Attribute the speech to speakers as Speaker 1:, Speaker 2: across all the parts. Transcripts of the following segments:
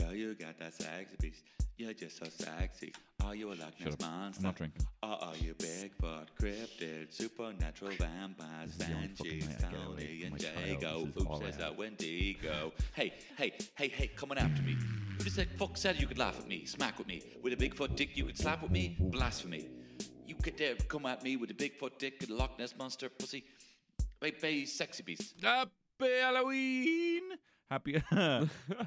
Speaker 1: Girl, you got that sexy beast. You're just so sexy. Are you a Loch Ness
Speaker 2: Shut up. I'm
Speaker 1: monster?
Speaker 2: not drinking.
Speaker 1: Or are you Bigfoot, cryptid, supernatural vampires,
Speaker 2: is the only fucking
Speaker 1: banshees,
Speaker 2: way I get away
Speaker 1: Tony
Speaker 2: from
Speaker 1: and
Speaker 2: my child.
Speaker 1: Jago?
Speaker 2: This is all
Speaker 1: Oops,
Speaker 2: I
Speaker 1: there's
Speaker 2: have.
Speaker 1: a Wendigo. Hey, hey, hey, hey, coming after me. Who the fuck said you could laugh at me, smack with me? With a Bigfoot dick you could slap with me? Blasphemy. You could dare come at me with a Bigfoot dick and a Loch Ness monster, pussy. Bay, bay, sexy beast.
Speaker 2: Happy Halloween! Happy.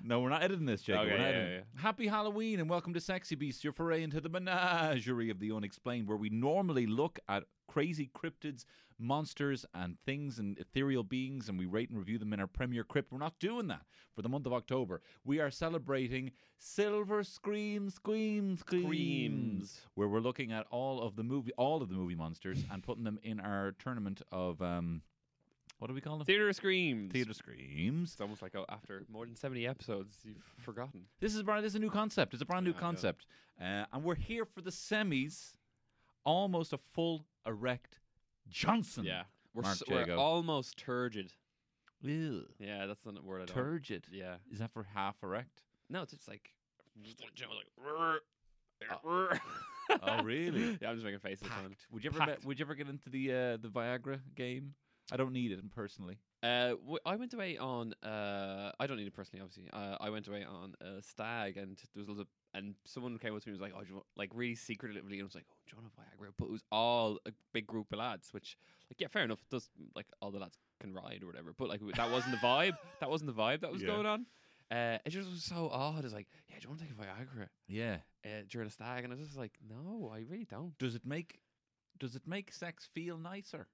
Speaker 2: no, we're not editing this, Jacob.
Speaker 3: Okay,
Speaker 2: we're not
Speaker 3: yeah,
Speaker 2: editing.
Speaker 3: yeah,
Speaker 2: Happy Halloween and welcome to Sexy Beast, your foray into the menagerie of the unexplained, where we normally look at crazy cryptids, monsters, and things and ethereal beings, and we rate and review them in our premiere crypt. We're not doing that for the month of October. We are celebrating Silver Screen Scream Screams,
Speaker 3: Screams.
Speaker 2: where we're looking at all of the movie, all of the movie monsters, and putting them in our tournament of um, what do we call them?
Speaker 3: Theater of Screams.
Speaker 2: Theater Screams.
Speaker 3: It's almost like oh, after more than 70 episodes, you've forgotten.
Speaker 2: This is brand. This is a new concept. It's a brand new
Speaker 3: Yeah, I know.
Speaker 2: concept, uh, and we're here for the semis. Almost a full erect Johnson.
Speaker 3: Yeah. We're,
Speaker 2: Mark
Speaker 3: s- we're
Speaker 2: Jago.
Speaker 3: almost turgid.
Speaker 2: Ew.
Speaker 3: Yeah, that's the word I don't
Speaker 2: turgid.
Speaker 3: Yeah.
Speaker 2: Is that for half erect?
Speaker 3: No, it's just like. oh,
Speaker 2: oh, really?
Speaker 3: yeah, I'm just making faces. Man.
Speaker 2: Would you ever
Speaker 3: Packed.
Speaker 2: be- would you ever get into the uh, the Viagra game? I don't need it personally.
Speaker 3: Uh, w- I went away on. Uh, I don't need it personally, obviously. Uh, I went away on a stag, and there was a little, and someone came up to me and was like, "Oh, do you want, like really secretively," and was like, "Oh, do you want a Viagra?" But it was all a big group of lads, which, like, yeah, fair enough. It does like all the lads can ride or whatever, but like w- that wasn't the vibe. that wasn't the vibe that was
Speaker 2: Yeah.
Speaker 3: going on. Uh, it just was so odd. It's like, yeah, do you want to take a Viagra
Speaker 2: Yeah.
Speaker 3: uh, during a stag? And I was just like, no, I really don't.
Speaker 2: Does it make does it make sex feel nicer?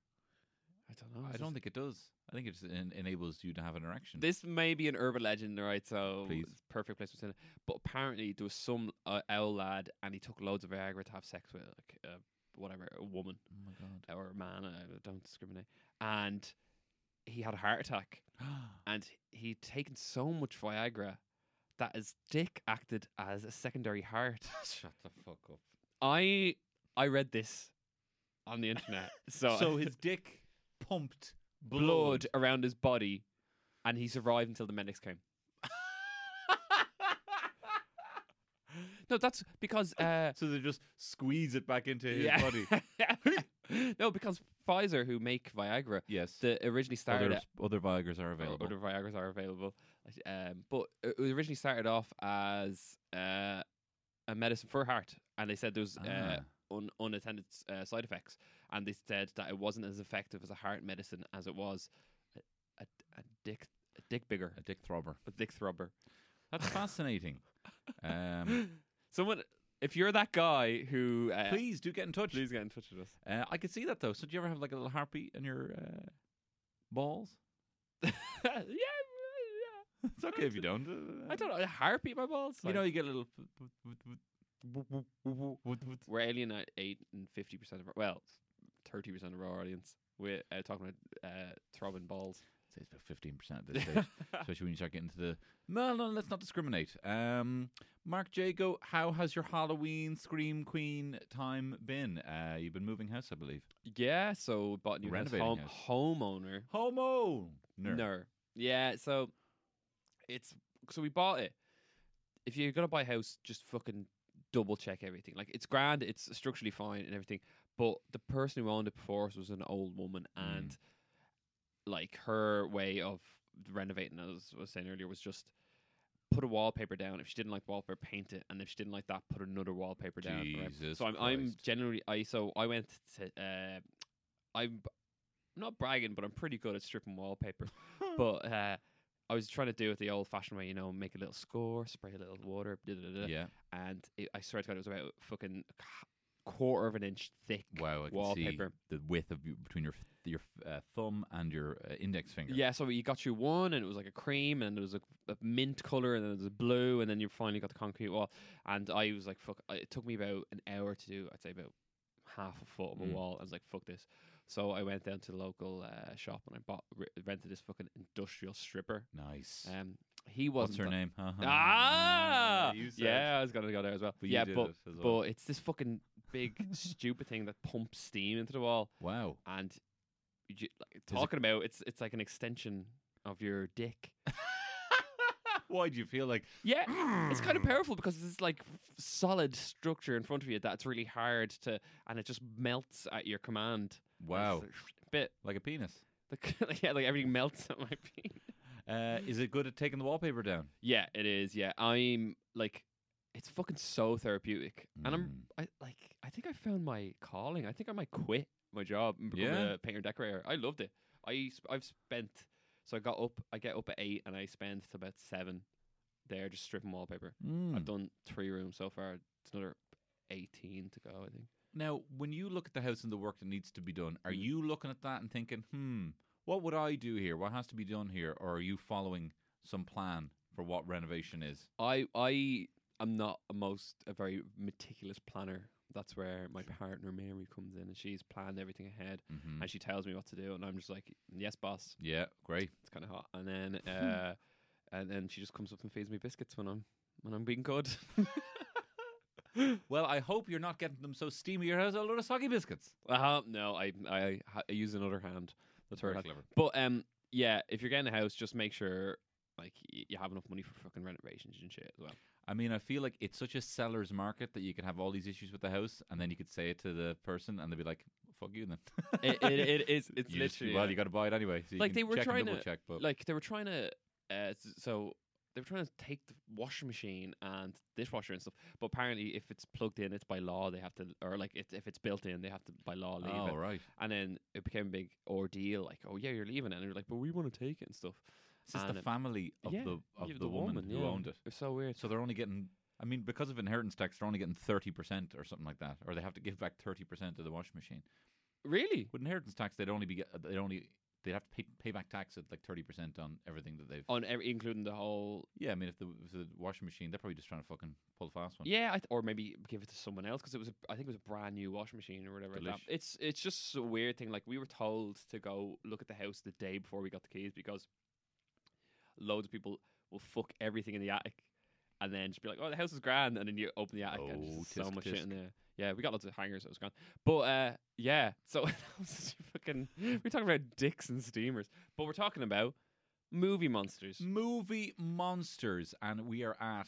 Speaker 3: I don't know.
Speaker 2: I don't think it does. I think it just en- enables you to have an erection.
Speaker 3: This may be an urban legend, right? So
Speaker 2: Please.
Speaker 3: it's a perfect place to send it. But apparently there was some uh, owl lad, and he took loads of Viagra to have sex with like uh, whatever a woman
Speaker 2: oh my god.
Speaker 3: or a man. I don't discriminate. And he had a heart attack, and he'd taken so much Viagra that his dick acted as a secondary heart.
Speaker 2: Shut the fuck up.
Speaker 3: I I read this on the internet, so
Speaker 2: So his dick pumped blood.
Speaker 3: blood around his body, and he survived until the medics came. No, that's because uh,
Speaker 2: so they just squeeze it back into his
Speaker 3: yeah.
Speaker 2: body.
Speaker 3: no, because Pfizer, who make Viagra,
Speaker 2: Yes.
Speaker 3: the originally
Speaker 2: Oh,
Speaker 3: started
Speaker 2: other, other Viagras are
Speaker 3: o-
Speaker 2: available.
Speaker 3: Other Viagra's are available. Um, but it it originally started off as uh, a medicine for heart, and they said there was uh, un- unattended s- uh, side effects, and they said that it wasn't as effective as a heart medicine as it was a, a, a dick a dick bigger
Speaker 2: a dick throbber.
Speaker 3: a dick throbber.
Speaker 2: That's fascinating. Um,
Speaker 3: Mm. Someone, if you're that guy who uh,
Speaker 2: please do get in touch.
Speaker 3: please get in touch with us.
Speaker 2: Uh, I could see that though. So do you ever have like a little heartbeat in your uh, balls?
Speaker 3: yeah, yeah, yeah.
Speaker 2: It's okay if you don't.
Speaker 3: I don't know. A heartbeat in my balls.
Speaker 2: You know,
Speaker 3: Like,
Speaker 2: you get a little.
Speaker 3: we're alienating fifty percent of our well, thirty percent of our audience. We're uh, talking about uh, throbbing balls.
Speaker 2: Say it's about fifteen percent at this stage, especially when you start getting to the. No, no, let's not discriminate. Um, Mark Jago, how has your Halloween Scream Queen time been? Uh, you've been moving house, I believe.
Speaker 3: yeah. So bought a new house,
Speaker 2: Renovating
Speaker 3: home,
Speaker 2: house.
Speaker 3: homeowner.
Speaker 2: Homo.
Speaker 3: Ner. Yeah. So it's so we bought it. If you're gonna buy a house, just fucking double check everything. Like it's grand, it's structurally fine and everything. But the person who owned it before us was an old woman,
Speaker 2: Mm.
Speaker 3: and like her way of renovating, as I was saying earlier, was just put a wallpaper down. If she didn't like wallpaper, paint it, and if she didn't like that, put another wallpaper down. right?
Speaker 2: Jesus
Speaker 3: So I'm, I'm
Speaker 2: Christ.
Speaker 3: generally I so I went to uh, I'm not bragging, but I'm pretty good at stripping wallpaper. but uh, I was trying to do it the old-fashioned way, you know, make a little score, spray a little water, da da da. da.
Speaker 2: Yeah.
Speaker 3: And it, I swear to God, it was about fucking h- quarter of an inch thick
Speaker 2: Wow, I can
Speaker 3: wallpaper.
Speaker 2: see the width of you, between your f- your uh, thumb and your uh, index finger.
Speaker 3: Yeah, so you got your one, and it was like a cream, and there was a, a mint color, and then there was a blue, and then you finally got the concrete wall. And I was like, fuck. I- It took me about an hour to do. I'd say about half a foot of a
Speaker 2: Mm.
Speaker 3: wall. I was like, fuck this. So I went down to the local uh, shop and I bought re- rented this fucking industrial stripper.
Speaker 2: Nice.
Speaker 3: Um, he was
Speaker 2: What's her name? Uh-huh.
Speaker 3: Ah,
Speaker 2: You said
Speaker 3: yeah,
Speaker 2: it.
Speaker 3: I was gonna go there as well.
Speaker 2: But you
Speaker 3: yeah,
Speaker 2: did
Speaker 3: but
Speaker 2: it as well.
Speaker 3: but it's this fucking big stupid thing that pumps steam into the wall,
Speaker 2: Wow.
Speaker 3: and you, like,
Speaker 2: it-
Speaker 3: talking about it's it's like an extension of your dick.
Speaker 2: Why do you feel like?
Speaker 3: Yeah, it's kind of powerful because it's this, like f- solid structure in front of you that's really hard to, and it just melts at your command.
Speaker 2: Wow.
Speaker 3: bit
Speaker 2: Like a penis.
Speaker 3: like, yeah, like everything melts at my feet.
Speaker 2: Uh, is it good at taking the wallpaper down?
Speaker 3: Yeah, it is. Yeah, I'm like, it's fucking so therapeutic, and
Speaker 2: Mm.
Speaker 3: I'm I like I think I found my calling. I think I might quit my job and become
Speaker 2: Yeah.
Speaker 3: a painter decorator. I loved it. I sp- I've spent so I got up. I get up at eight and I spend till about seven there just stripping wallpaper. I've
Speaker 2: Mm.
Speaker 3: done three rooms so far. It's another eighteen to go. I think.
Speaker 2: Now, when you look at the house and the work that needs to be done, are you looking at that and thinking, hmm, what would I do here? What has to be done here? Or are you following some plan for what renovation is?
Speaker 3: I I am not a most a very meticulous planner. That's where my partner Mary comes in, and she's planned everything ahead.
Speaker 2: Mm-hmm.
Speaker 3: and she tells me what to do, and I'm just like, "Yes, boss."
Speaker 2: Yeah, great.
Speaker 3: It's kind of hot, and then uh, and then she just comes up and feeds me biscuits when I'm when I'm being good.
Speaker 2: Well, I hope you're not getting them so steamy. Your house a lot of soggy biscuits.
Speaker 3: uh, no, I, I ha- I use another hand. That's her
Speaker 2: Very
Speaker 3: hand.
Speaker 2: clever.
Speaker 3: But um, yeah, if you're getting a house, just make sure like y- you have enough money for fucking renovations and shit as well.
Speaker 2: I mean, I feel like it's such a seller's market that you can have all these issues with the house, and then you could say it to the person, and they'd be like, "Fuck you, then."
Speaker 3: it, it, it is. It's
Speaker 2: You just-
Speaker 3: literally
Speaker 2: well,
Speaker 3: yeah.
Speaker 2: you got to buy it anyway. So you
Speaker 3: Like,
Speaker 2: can
Speaker 3: they were
Speaker 2: check and
Speaker 3: trying
Speaker 2: double
Speaker 3: to-
Speaker 2: check, but
Speaker 3: like they were trying to uh, s- so they were trying to take the washing machine and dishwasher and stuff but apparently if it's plugged in it's by law they have to or like it, if it's built in they have to by law leave
Speaker 2: oh
Speaker 3: it
Speaker 2: right,
Speaker 3: and then it became a big ordeal like oh yeah you're leaving and they're like but we want to take it and stuff
Speaker 2: it's just
Speaker 3: and
Speaker 2: the
Speaker 3: it-
Speaker 2: family of
Speaker 3: yeah,
Speaker 2: the of
Speaker 3: yeah,
Speaker 2: the, woman, who
Speaker 3: yeah.
Speaker 2: owned it.
Speaker 3: it's so weird
Speaker 2: So they're only getting. I mean, because of inheritance tax, they're only getting thirty percent or something like that, or they have to give back thirty percent to the washing machine.
Speaker 3: really
Speaker 2: With inheritance tax, they'd only be get- they'd only they'd have to pay, pay back tax at like thirty percent on everything that they've.
Speaker 3: on every, including the whole
Speaker 2: Yeah, I mean, if the, if the washing machine, they're probably just trying to fucking pull a fast one.
Speaker 3: yeah I th- or maybe give it to someone else because it was a, i think it was a brand new washing machine or whatever like that.
Speaker 2: Delish.
Speaker 3: it's it's just a weird thing like we were told to go look at the house the day before we got the keys because loads of people will fuck everything in the attic and then just be like oh the house is grand and then you open the attic and
Speaker 2: Oh,
Speaker 3: there's so
Speaker 2: tisk,
Speaker 3: much shit in there yeah we got lots of hangers so it was grand but uh yeah so that was such a fucking we're talking about dicks and steamers but we're talking about movie monsters
Speaker 2: Movie monsters, and we are at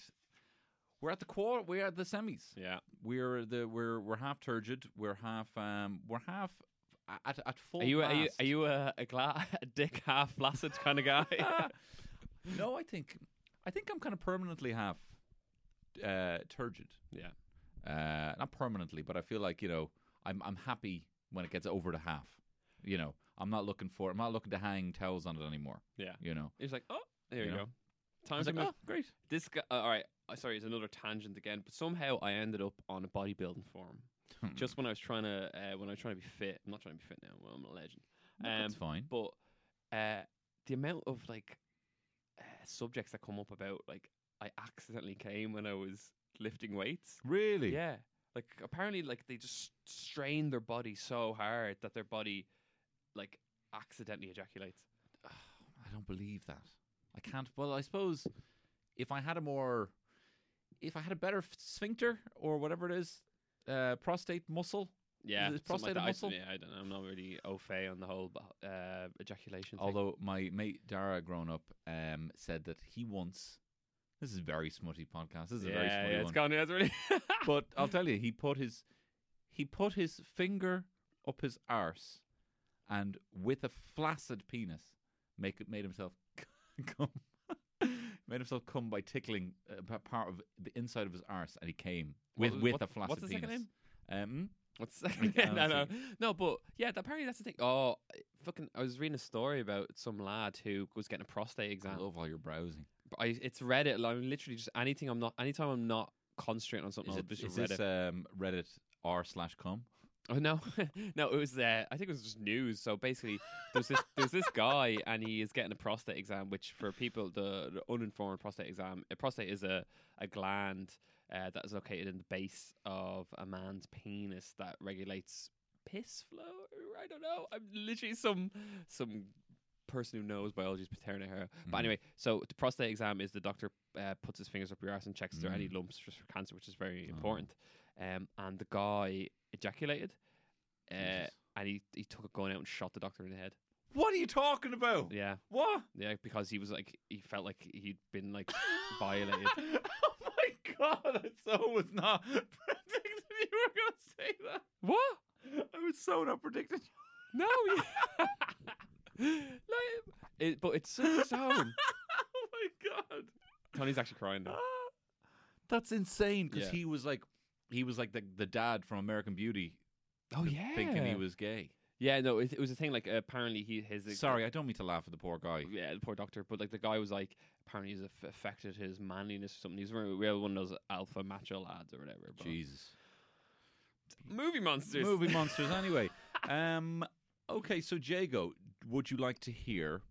Speaker 2: we're at the quarter. We're at the semis.
Speaker 3: yeah
Speaker 2: We're the we're we're half turgid. We're half um we're half at at full.
Speaker 3: Are you, are you
Speaker 2: blast.
Speaker 3: are you a a, gla- a dick half flaccid kind of guy?
Speaker 2: No, I think I think I'm kind of permanently half uh, turgid.
Speaker 3: yeah.
Speaker 2: Uh, not permanently, but I feel like you know I'm I'm happy when it gets over to half. You know, I'm not looking for I'm not looking to hang towels on it anymore.
Speaker 3: Yeah.
Speaker 2: You know,
Speaker 3: It's like, "Oh, there you,
Speaker 2: You know?
Speaker 3: go." Time
Speaker 2: It's
Speaker 3: to
Speaker 2: like,
Speaker 3: move.
Speaker 2: "Oh, great.
Speaker 3: This guy, uh, all right. Uh, sorry, it's another tangent again, but somehow I ended up on a bodybuilding forum. Just when I was trying to uh, when I was trying to be fit. I'm not trying to be fit now. Well, I'm a legend.
Speaker 2: No,
Speaker 3: Um,
Speaker 2: that's fine.
Speaker 3: But uh, the amount of like uh, subjects that come up about like I accidentally came when I was lifting weights.
Speaker 2: Really?
Speaker 3: Yeah. Like apparently like they just strain their body so hard that their body like accidentally ejaculates.
Speaker 2: I don't believe that. I can't. Well, I suppose if I had a more, if I had a better f- sphincter or whatever it is, uh, prostate muscle.
Speaker 3: Yeah. something
Speaker 2: it prostate
Speaker 3: like
Speaker 2: or
Speaker 3: that. I-
Speaker 2: muscle?
Speaker 3: yeah, I don't know. I'm not really au fait on the whole bu- uh, ejaculation thing.
Speaker 2: Although my mate Dara, grown up, um, said that he once. This is a very smutty podcast. This is
Speaker 3: yeah,
Speaker 2: a very smutty
Speaker 3: yeah,
Speaker 2: one.
Speaker 3: it's gone. That's really
Speaker 2: But I'll tell you, he put his he put his finger up his arse, and with a flaccid penis, make made himself come. Made himself come by tickling uh, p- part of the inside of his arse, and he came with
Speaker 3: What-
Speaker 2: with
Speaker 3: what-
Speaker 2: a flaccid
Speaker 3: what's his
Speaker 2: penis.
Speaker 3: second
Speaker 2: Um,
Speaker 3: What's that? Yeah, no, no,
Speaker 2: honestly.
Speaker 3: no. But yeah, th- apparently that's the thing. Oh, I- fucking! I was reading a story about some lad who was getting a prostate
Speaker 2: I
Speaker 3: exam.
Speaker 2: love all your browsing.
Speaker 3: But I, it's Reddit. Like, I'm literally just anything. I'm not. Anytime I'm not concentrating on something,
Speaker 2: Is,
Speaker 3: I'll
Speaker 2: it,
Speaker 3: just
Speaker 2: is
Speaker 3: Reddit.
Speaker 2: this um, Reddit r slash cum?
Speaker 3: Oh no, no, it was. Uh, I think it was just news. So basically, there's this there's this guy, and he is getting a prostate exam. Which for people, the, the uninformed prostate exam, a prostate is a a gland uh, that is located in the base of a man's penis that regulates piss flow. I don't know. I'm literally some some person who knows biology is paternity her. But
Speaker 2: Mhm.
Speaker 3: anyway, so the prostate exam is the doctor uh, puts his fingers up your ass and checks if there are any lumps just for cancer, which is very
Speaker 2: Oh.
Speaker 3: important. Um, and the guy ejaculated, uh,
Speaker 2: Jesus.
Speaker 3: and he he took a gun out and shot the doctor in the head.
Speaker 2: What are you talking about?
Speaker 3: Yeah,
Speaker 2: What?
Speaker 3: yeah, because he was like he felt like he'd been like violated.
Speaker 2: oh my god! I so was not predicting you were going to say that.
Speaker 3: What?
Speaker 2: I was so not predicting.
Speaker 3: No, you- Oh, like, it, but it's so. so-
Speaker 2: oh my god!
Speaker 3: Tony's actually crying now.
Speaker 2: That's insane because
Speaker 3: Yeah.
Speaker 2: he was like, he was like the the dad from American Beauty,
Speaker 3: Oh yeah,
Speaker 2: thinking he was gay.
Speaker 3: Yeah, no, it, it was a thing. Like apparently he his ex-
Speaker 2: Sorry, I don't mean to laugh at the poor guy.
Speaker 3: yeah, the poor doctor. But like the guy was like, apparently he's aff- affected his manliness or something. He's very- real one of those alpha macho lads or whatever. but-
Speaker 2: Jesus.
Speaker 3: movie monsters.
Speaker 2: Movie monsters. Anyway, um, okay. So Jago, would you like to hear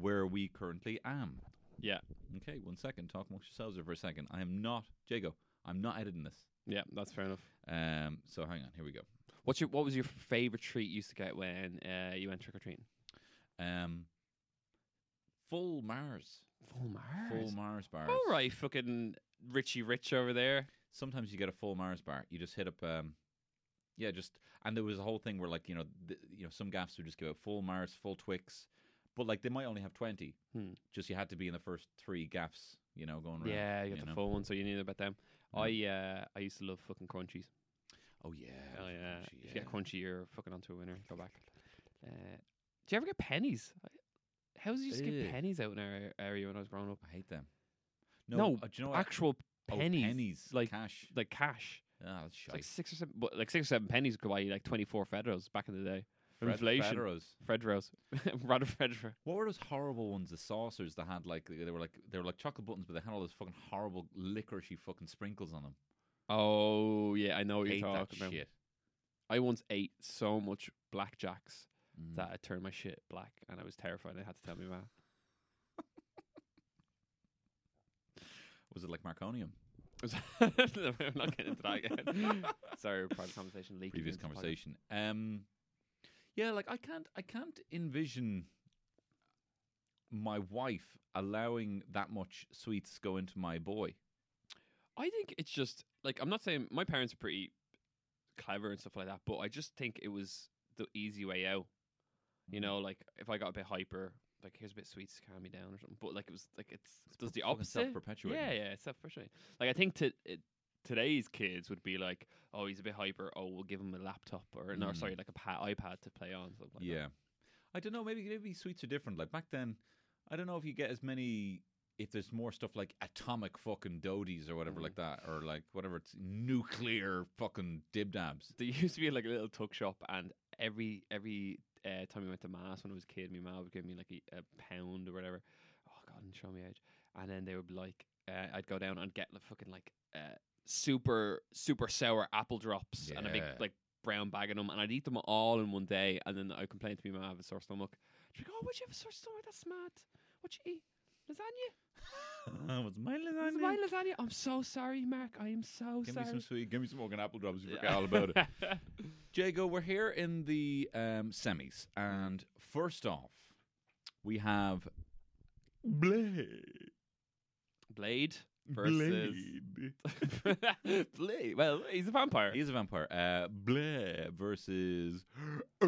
Speaker 2: where we currently am?
Speaker 3: Yeah,
Speaker 2: Okay, one second. Talk amongst yourselves there for a second. I am not Jago. I'm not editing this.
Speaker 3: yeah, that's fair enough.
Speaker 2: Um, so hang on. Here we go.
Speaker 3: What's your what was your favorite treat you used to get when uh, you went trick or treating?
Speaker 2: Um, full Mars.
Speaker 3: Full Mars.
Speaker 2: Full Mars bars.
Speaker 3: All right, fucking Richie Rich over there.
Speaker 2: sometimes you get a full Mars bar. You just hit up, um, yeah, just and there was a whole thing where like you know, th- you know, some gaffs would just give out full Mars, full Twix, but like they might only have twenty.
Speaker 3: Hmm.
Speaker 2: Just you had to be in the first three gaffs, you know, going around.
Speaker 3: yeah, you got
Speaker 2: you
Speaker 3: the
Speaker 2: know.
Speaker 3: full one, so you knew about them.
Speaker 2: Mm-hmm.
Speaker 3: I uh, I used to love fucking crunchies.
Speaker 2: Oh yeah.
Speaker 3: Oh
Speaker 2: fucking
Speaker 3: yeah.
Speaker 2: crunchy,
Speaker 3: If you get crunchy, you're fucking onto a winner. Go back. Uh, do you ever get pennies? I- How did you just
Speaker 2: Ew.
Speaker 3: get pennies out in our area when I was growing up?
Speaker 2: I hate them.
Speaker 3: No,
Speaker 2: uh, do you know what?
Speaker 3: Actual
Speaker 2: Oh,
Speaker 3: pennies,
Speaker 2: pennies,
Speaker 3: like
Speaker 2: cash.
Speaker 3: like cash.
Speaker 2: Ah, that's
Speaker 3: It's
Speaker 2: shite.
Speaker 3: like six or seven, but like six or seven pennies could buy you like twenty four federals back in the day.
Speaker 2: Fred-
Speaker 3: inflation.
Speaker 2: Federos.
Speaker 3: Federos, rather Federer.
Speaker 2: What were those horrible ones? The saucers that had like they were like they were like chocolate buttons, but they had all those fucking horrible licoricey fucking sprinkles on them.
Speaker 3: Oh yeah, I know what
Speaker 2: hate
Speaker 3: you're
Speaker 2: that
Speaker 3: talking about.
Speaker 2: shit.
Speaker 3: I once ate so much blackjacks
Speaker 2: Mm.
Speaker 3: that I turned my shit black, and I was terrified. I had to tell my mom.
Speaker 2: was it like marconium?
Speaker 3: I'm not getting into that again. Sorry, private conversation leaking.
Speaker 2: previous
Speaker 3: into the podcast.
Speaker 2: conversation. Um, yeah, like I can't, I can't envision my wife allowing that much sweets go into my boy.
Speaker 3: I think it's just like I'm not saying my parents are pretty clever and stuff like that, but I just think it was the easy way out. You know, like if I got a bit hyper, like here's a bit of sweets to calm me down or something. But like it was like it's, it does the
Speaker 2: fucking
Speaker 3: opposite.
Speaker 2: self-perpetuating.
Speaker 3: Yeah, yeah, it's self-perpetuating. Like I think to it, today's kids would be like, oh, he's a bit hyper. Oh, we'll give him a laptop or no,
Speaker 2: Mm.
Speaker 3: sorry, like a pa- iPad to play on. Something like that.
Speaker 2: yeah, I don't know. Maybe maybe sweets are different. Like back then, I don't know if you get as many. If there's more stuff like atomic fucking doties or whatever
Speaker 3: Mhm.
Speaker 2: like that, or like whatever it's nuclear fucking dibdabs.
Speaker 3: there used to be like a little tuck shop, and every every uh, time we went to mass when I was a kid, my mom would give me like e, a, a pound or whatever. Oh God, and show me age. And then they would be like, uh, I'd go down and get like fucking like uh, super super sour apple drops and a big
Speaker 2: Yeah.
Speaker 3: like brown bag of them, and I'd eat them all in one day. And then I complained to my mom I have a sore stomach. She'd be like, Oh, would you have a sore stomach? That's mad. What you eat? Lasagna.
Speaker 2: What's my
Speaker 3: Is
Speaker 2: lasagna?
Speaker 3: it my lasagna. I'm so sorry, Mark. I am so
Speaker 2: Give me
Speaker 3: sorry.
Speaker 2: some sweet. Give me some fucking apple drops. You forget all about it. Jago, we're here in the um, semis, and first off, we have Blade.
Speaker 3: Blade versus Blade. Well, he's a vampire.
Speaker 2: He's a vampire. Uh, Blade versus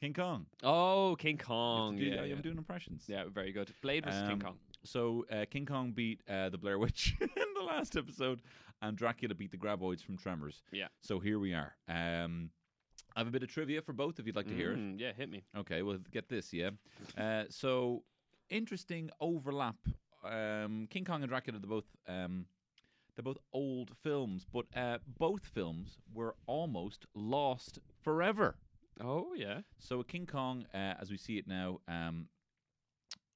Speaker 2: King Kong.
Speaker 3: oh, King
Speaker 2: You have to
Speaker 3: Kong.
Speaker 2: do-
Speaker 3: Yeah,
Speaker 2: I
Speaker 3: yeah.
Speaker 2: am doing impressions.
Speaker 3: Yeah, very good. Blade versus King
Speaker 2: Um,
Speaker 3: Kong.
Speaker 2: So uh, King Kong beat uh, the Blair Witch in the last episode, and Dracula beat the Graboids from Tremors.
Speaker 3: Yeah.
Speaker 2: So here we are. Um, I have a bit of trivia for both if you'd like to hear it.
Speaker 3: Mm, yeah, hit me.
Speaker 2: Okay, well, get this, yeah. Uh, so, interesting overlap. Um, King Kong and Dracula, they're both um, they're both old films, but uh, both films were almost lost forever.
Speaker 3: Oh yeah.
Speaker 2: So, King Kong, uh, as we see it now, um,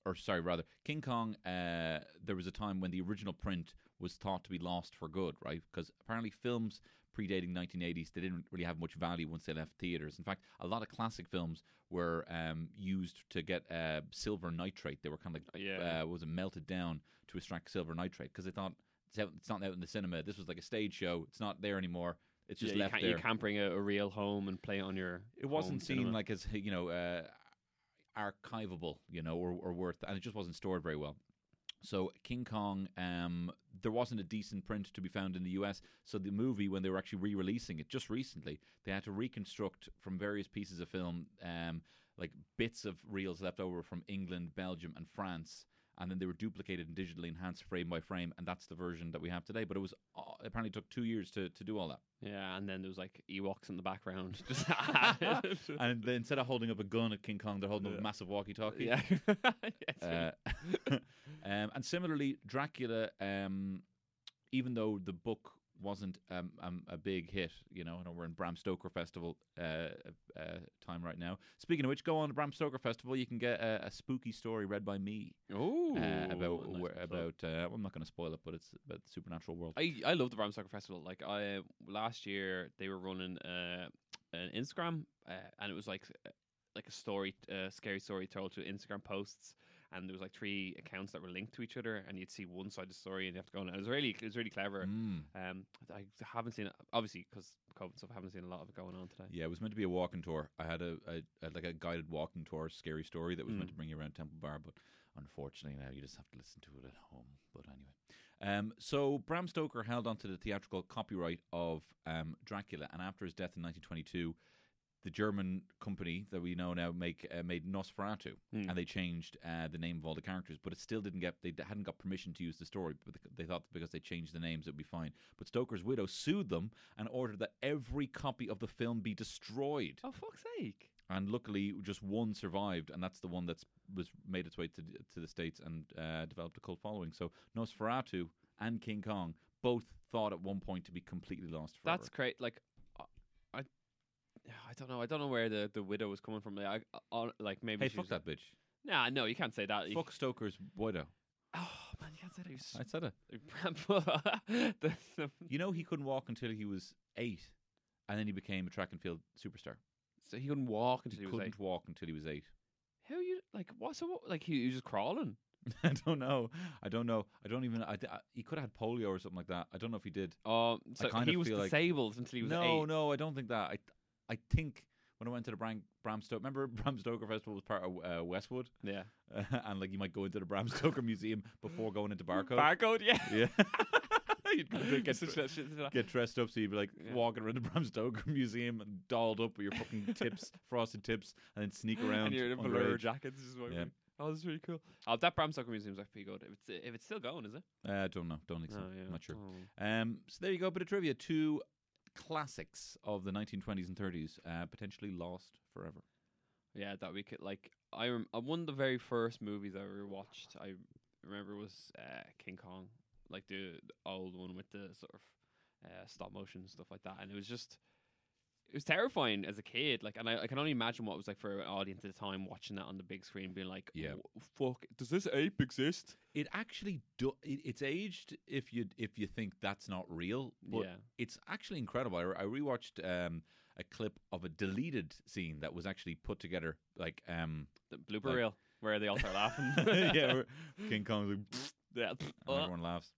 Speaker 2: or sorry, rather, King Kong. Uh, there was a time when the original print was thought to be lost for good, right? Because apparently films predating 1980s they didn't really have much value once they left theaters. In fact, a lot of classic films were um, used to get uh, silver nitrate. They were kind of like
Speaker 3: Yeah.
Speaker 2: uh, was it melted down to extract silver nitrate because they thought it's, out, it's not out in the cinema. This was like a stage show. It's not there anymore. It's just
Speaker 3: yeah,
Speaker 2: left
Speaker 3: you, can't,
Speaker 2: there
Speaker 3: you can't bring a, a real home and play it on your.
Speaker 2: it wasn't
Speaker 3: home
Speaker 2: seen
Speaker 3: cinema.
Speaker 2: like as you know uh, archivable you know or, or worth and it just wasn't stored very well so king kong um, there wasn't a decent print to be found in the us so the movie when they were actually re-releasing it just recently they had to reconstruct from various pieces of film um, like bits of reels left over from england belgium and france and then they were duplicated and digitally enhanced frame by frame and that's the version that we have today but it was uh, apparently took two years to, to do all that
Speaker 3: Yeah, and then there was like Ewoks in the background. Just added.
Speaker 2: and they, instead of holding up a gun at King Kong, they're holding up
Speaker 3: Yeah.
Speaker 2: a massive walkie-talkie.
Speaker 3: yeah. Yes.
Speaker 2: Uh, um, and similarly, Dracula, um, even though the book wasn't um, um, a big hit, you know, I know we're in Bram Stoker Festival uh, uh, time right now. Speaking of which, go on to Bram Stoker Festival. You can get a, a spooky story read by me
Speaker 3: Ooh,
Speaker 2: uh, about
Speaker 3: nice
Speaker 2: where-
Speaker 3: plug.
Speaker 2: about. Uh, well, I'm not going to spoil it, but it's about the supernatural world.
Speaker 3: I I love the Bram Stoker Festival. Like I last year they were running uh, an Instagram, uh, and it was like uh, like a story, uh, scary story told through Instagram posts. And there was like three accounts that were linked to each other, and you'd see one side of the story, and you have to go on. And it was really it was really clever.
Speaker 2: Mm.
Speaker 3: Um, I haven't seen it obviously because COVID stuff. I haven't seen a lot of it going on today.
Speaker 2: Yeah, it was meant to be a walking tour. I had a, a, a like a guided walking tour, scary story that was meant
Speaker 3: Mm.
Speaker 2: to bring you around Temple Bar, but unfortunately now you just have to listen to it at home. But anyway, um, so Bram Stoker held onto the theatrical copyright of um, Dracula, and after his death in 1922, the German company that we know now make uh, made Nosferatu,
Speaker 3: Mm.
Speaker 2: and they changed uh, the name of all the characters, but it still didn't get they d- hadn't got permission to use the story, but th- they thought that because they changed the names it would be fine. But Stoker's widow sued them and ordered that every copy of the film be destroyed,
Speaker 3: Oh fuck's sake!
Speaker 2: and luckily just one survived, and that's the one that's was made its way to d- to the states and uh, developed a cult following. So Nosferatu and King Kong both thought at one point to be completely lost forever.
Speaker 3: That's great. Like, I, I, I don't know. I don't know where the, the widow was coming from. Like, I, I, like maybe
Speaker 2: hey,
Speaker 3: she
Speaker 2: fuck
Speaker 3: was
Speaker 2: that bitch!
Speaker 3: Nah, no, you can't say that. You-
Speaker 2: Fuck Stoker's widow!
Speaker 3: Oh man, you can't say that. He's
Speaker 2: I said it.
Speaker 3: the, the,
Speaker 2: You know, he couldn't walk until he was eight, and then he became a track and field superstar.
Speaker 3: so he couldn't walk until
Speaker 2: He
Speaker 3: he, was like,
Speaker 2: couldn't walk until he was eight.
Speaker 3: how are you like what? So what, like he, he was just crawling.
Speaker 2: I don't know. I don't know. I don't even. I, I, he could have had polio or something like that. I don't know if he did.
Speaker 3: Um, so
Speaker 2: kind
Speaker 3: he
Speaker 2: of
Speaker 3: was
Speaker 2: feel like-
Speaker 3: disabled until he was
Speaker 2: no,
Speaker 3: eight.
Speaker 2: no, I don't think that. I, I think when I went to the Bram, Bram Stoker, remember Bram Stoker Festival was part of uh, Westwood,
Speaker 3: Yeah,
Speaker 2: uh, and like you might go into the Bram Stoker Museum before going into Barco.
Speaker 3: barcode. Yeah,
Speaker 2: yeah, you'd go to get,
Speaker 3: Such
Speaker 2: dre-
Speaker 3: that shit-
Speaker 2: get dressed up, so you'd be like
Speaker 3: Yeah.
Speaker 2: walking around the Bram Stoker Museum and dolled up with your fucking tips, frosted tips, and then sneak around.
Speaker 3: and you're in
Speaker 2: underage.
Speaker 3: blur jackets. Is what
Speaker 2: Yeah.
Speaker 3: Oh, that's really cool. Oh, that Bram Stoker museum's actually pretty good. If it's if it's still going, is it?
Speaker 2: Uh, I don't know. Don't think so.
Speaker 3: Oh, yeah.
Speaker 2: Not sure.
Speaker 3: Oh.
Speaker 2: Um, so there you go. Bit of trivia. Two classics of the 1920s and 30s, uh, potentially lost forever.
Speaker 3: Yeah, that we could like I rem- uh, one of the very first movies I ever watched. I remember was uh, King Kong, like the, the old one with the sort of uh, stop motion stuff like that, and it was just it was terrifying as a kid. Like, and I, I can only imagine what it was like for an audience at the time watching that on the big screen, being like,
Speaker 2: Yeah.
Speaker 3: "Wha- fuck, does this ape exist?"
Speaker 2: It actually do. It, it's aged if you if you think that's not real, but
Speaker 3: Yeah.
Speaker 2: it's actually incredible. I, re- I rewatched um, a clip of a deleted scene that was actually put together like um,
Speaker 3: The blooper
Speaker 2: Like-
Speaker 3: reel where they all start laughing.
Speaker 2: yeah, where King Kong's like, "Pfft,"
Speaker 3: yeah.
Speaker 2: and
Speaker 3: Uh,
Speaker 2: everyone laughs.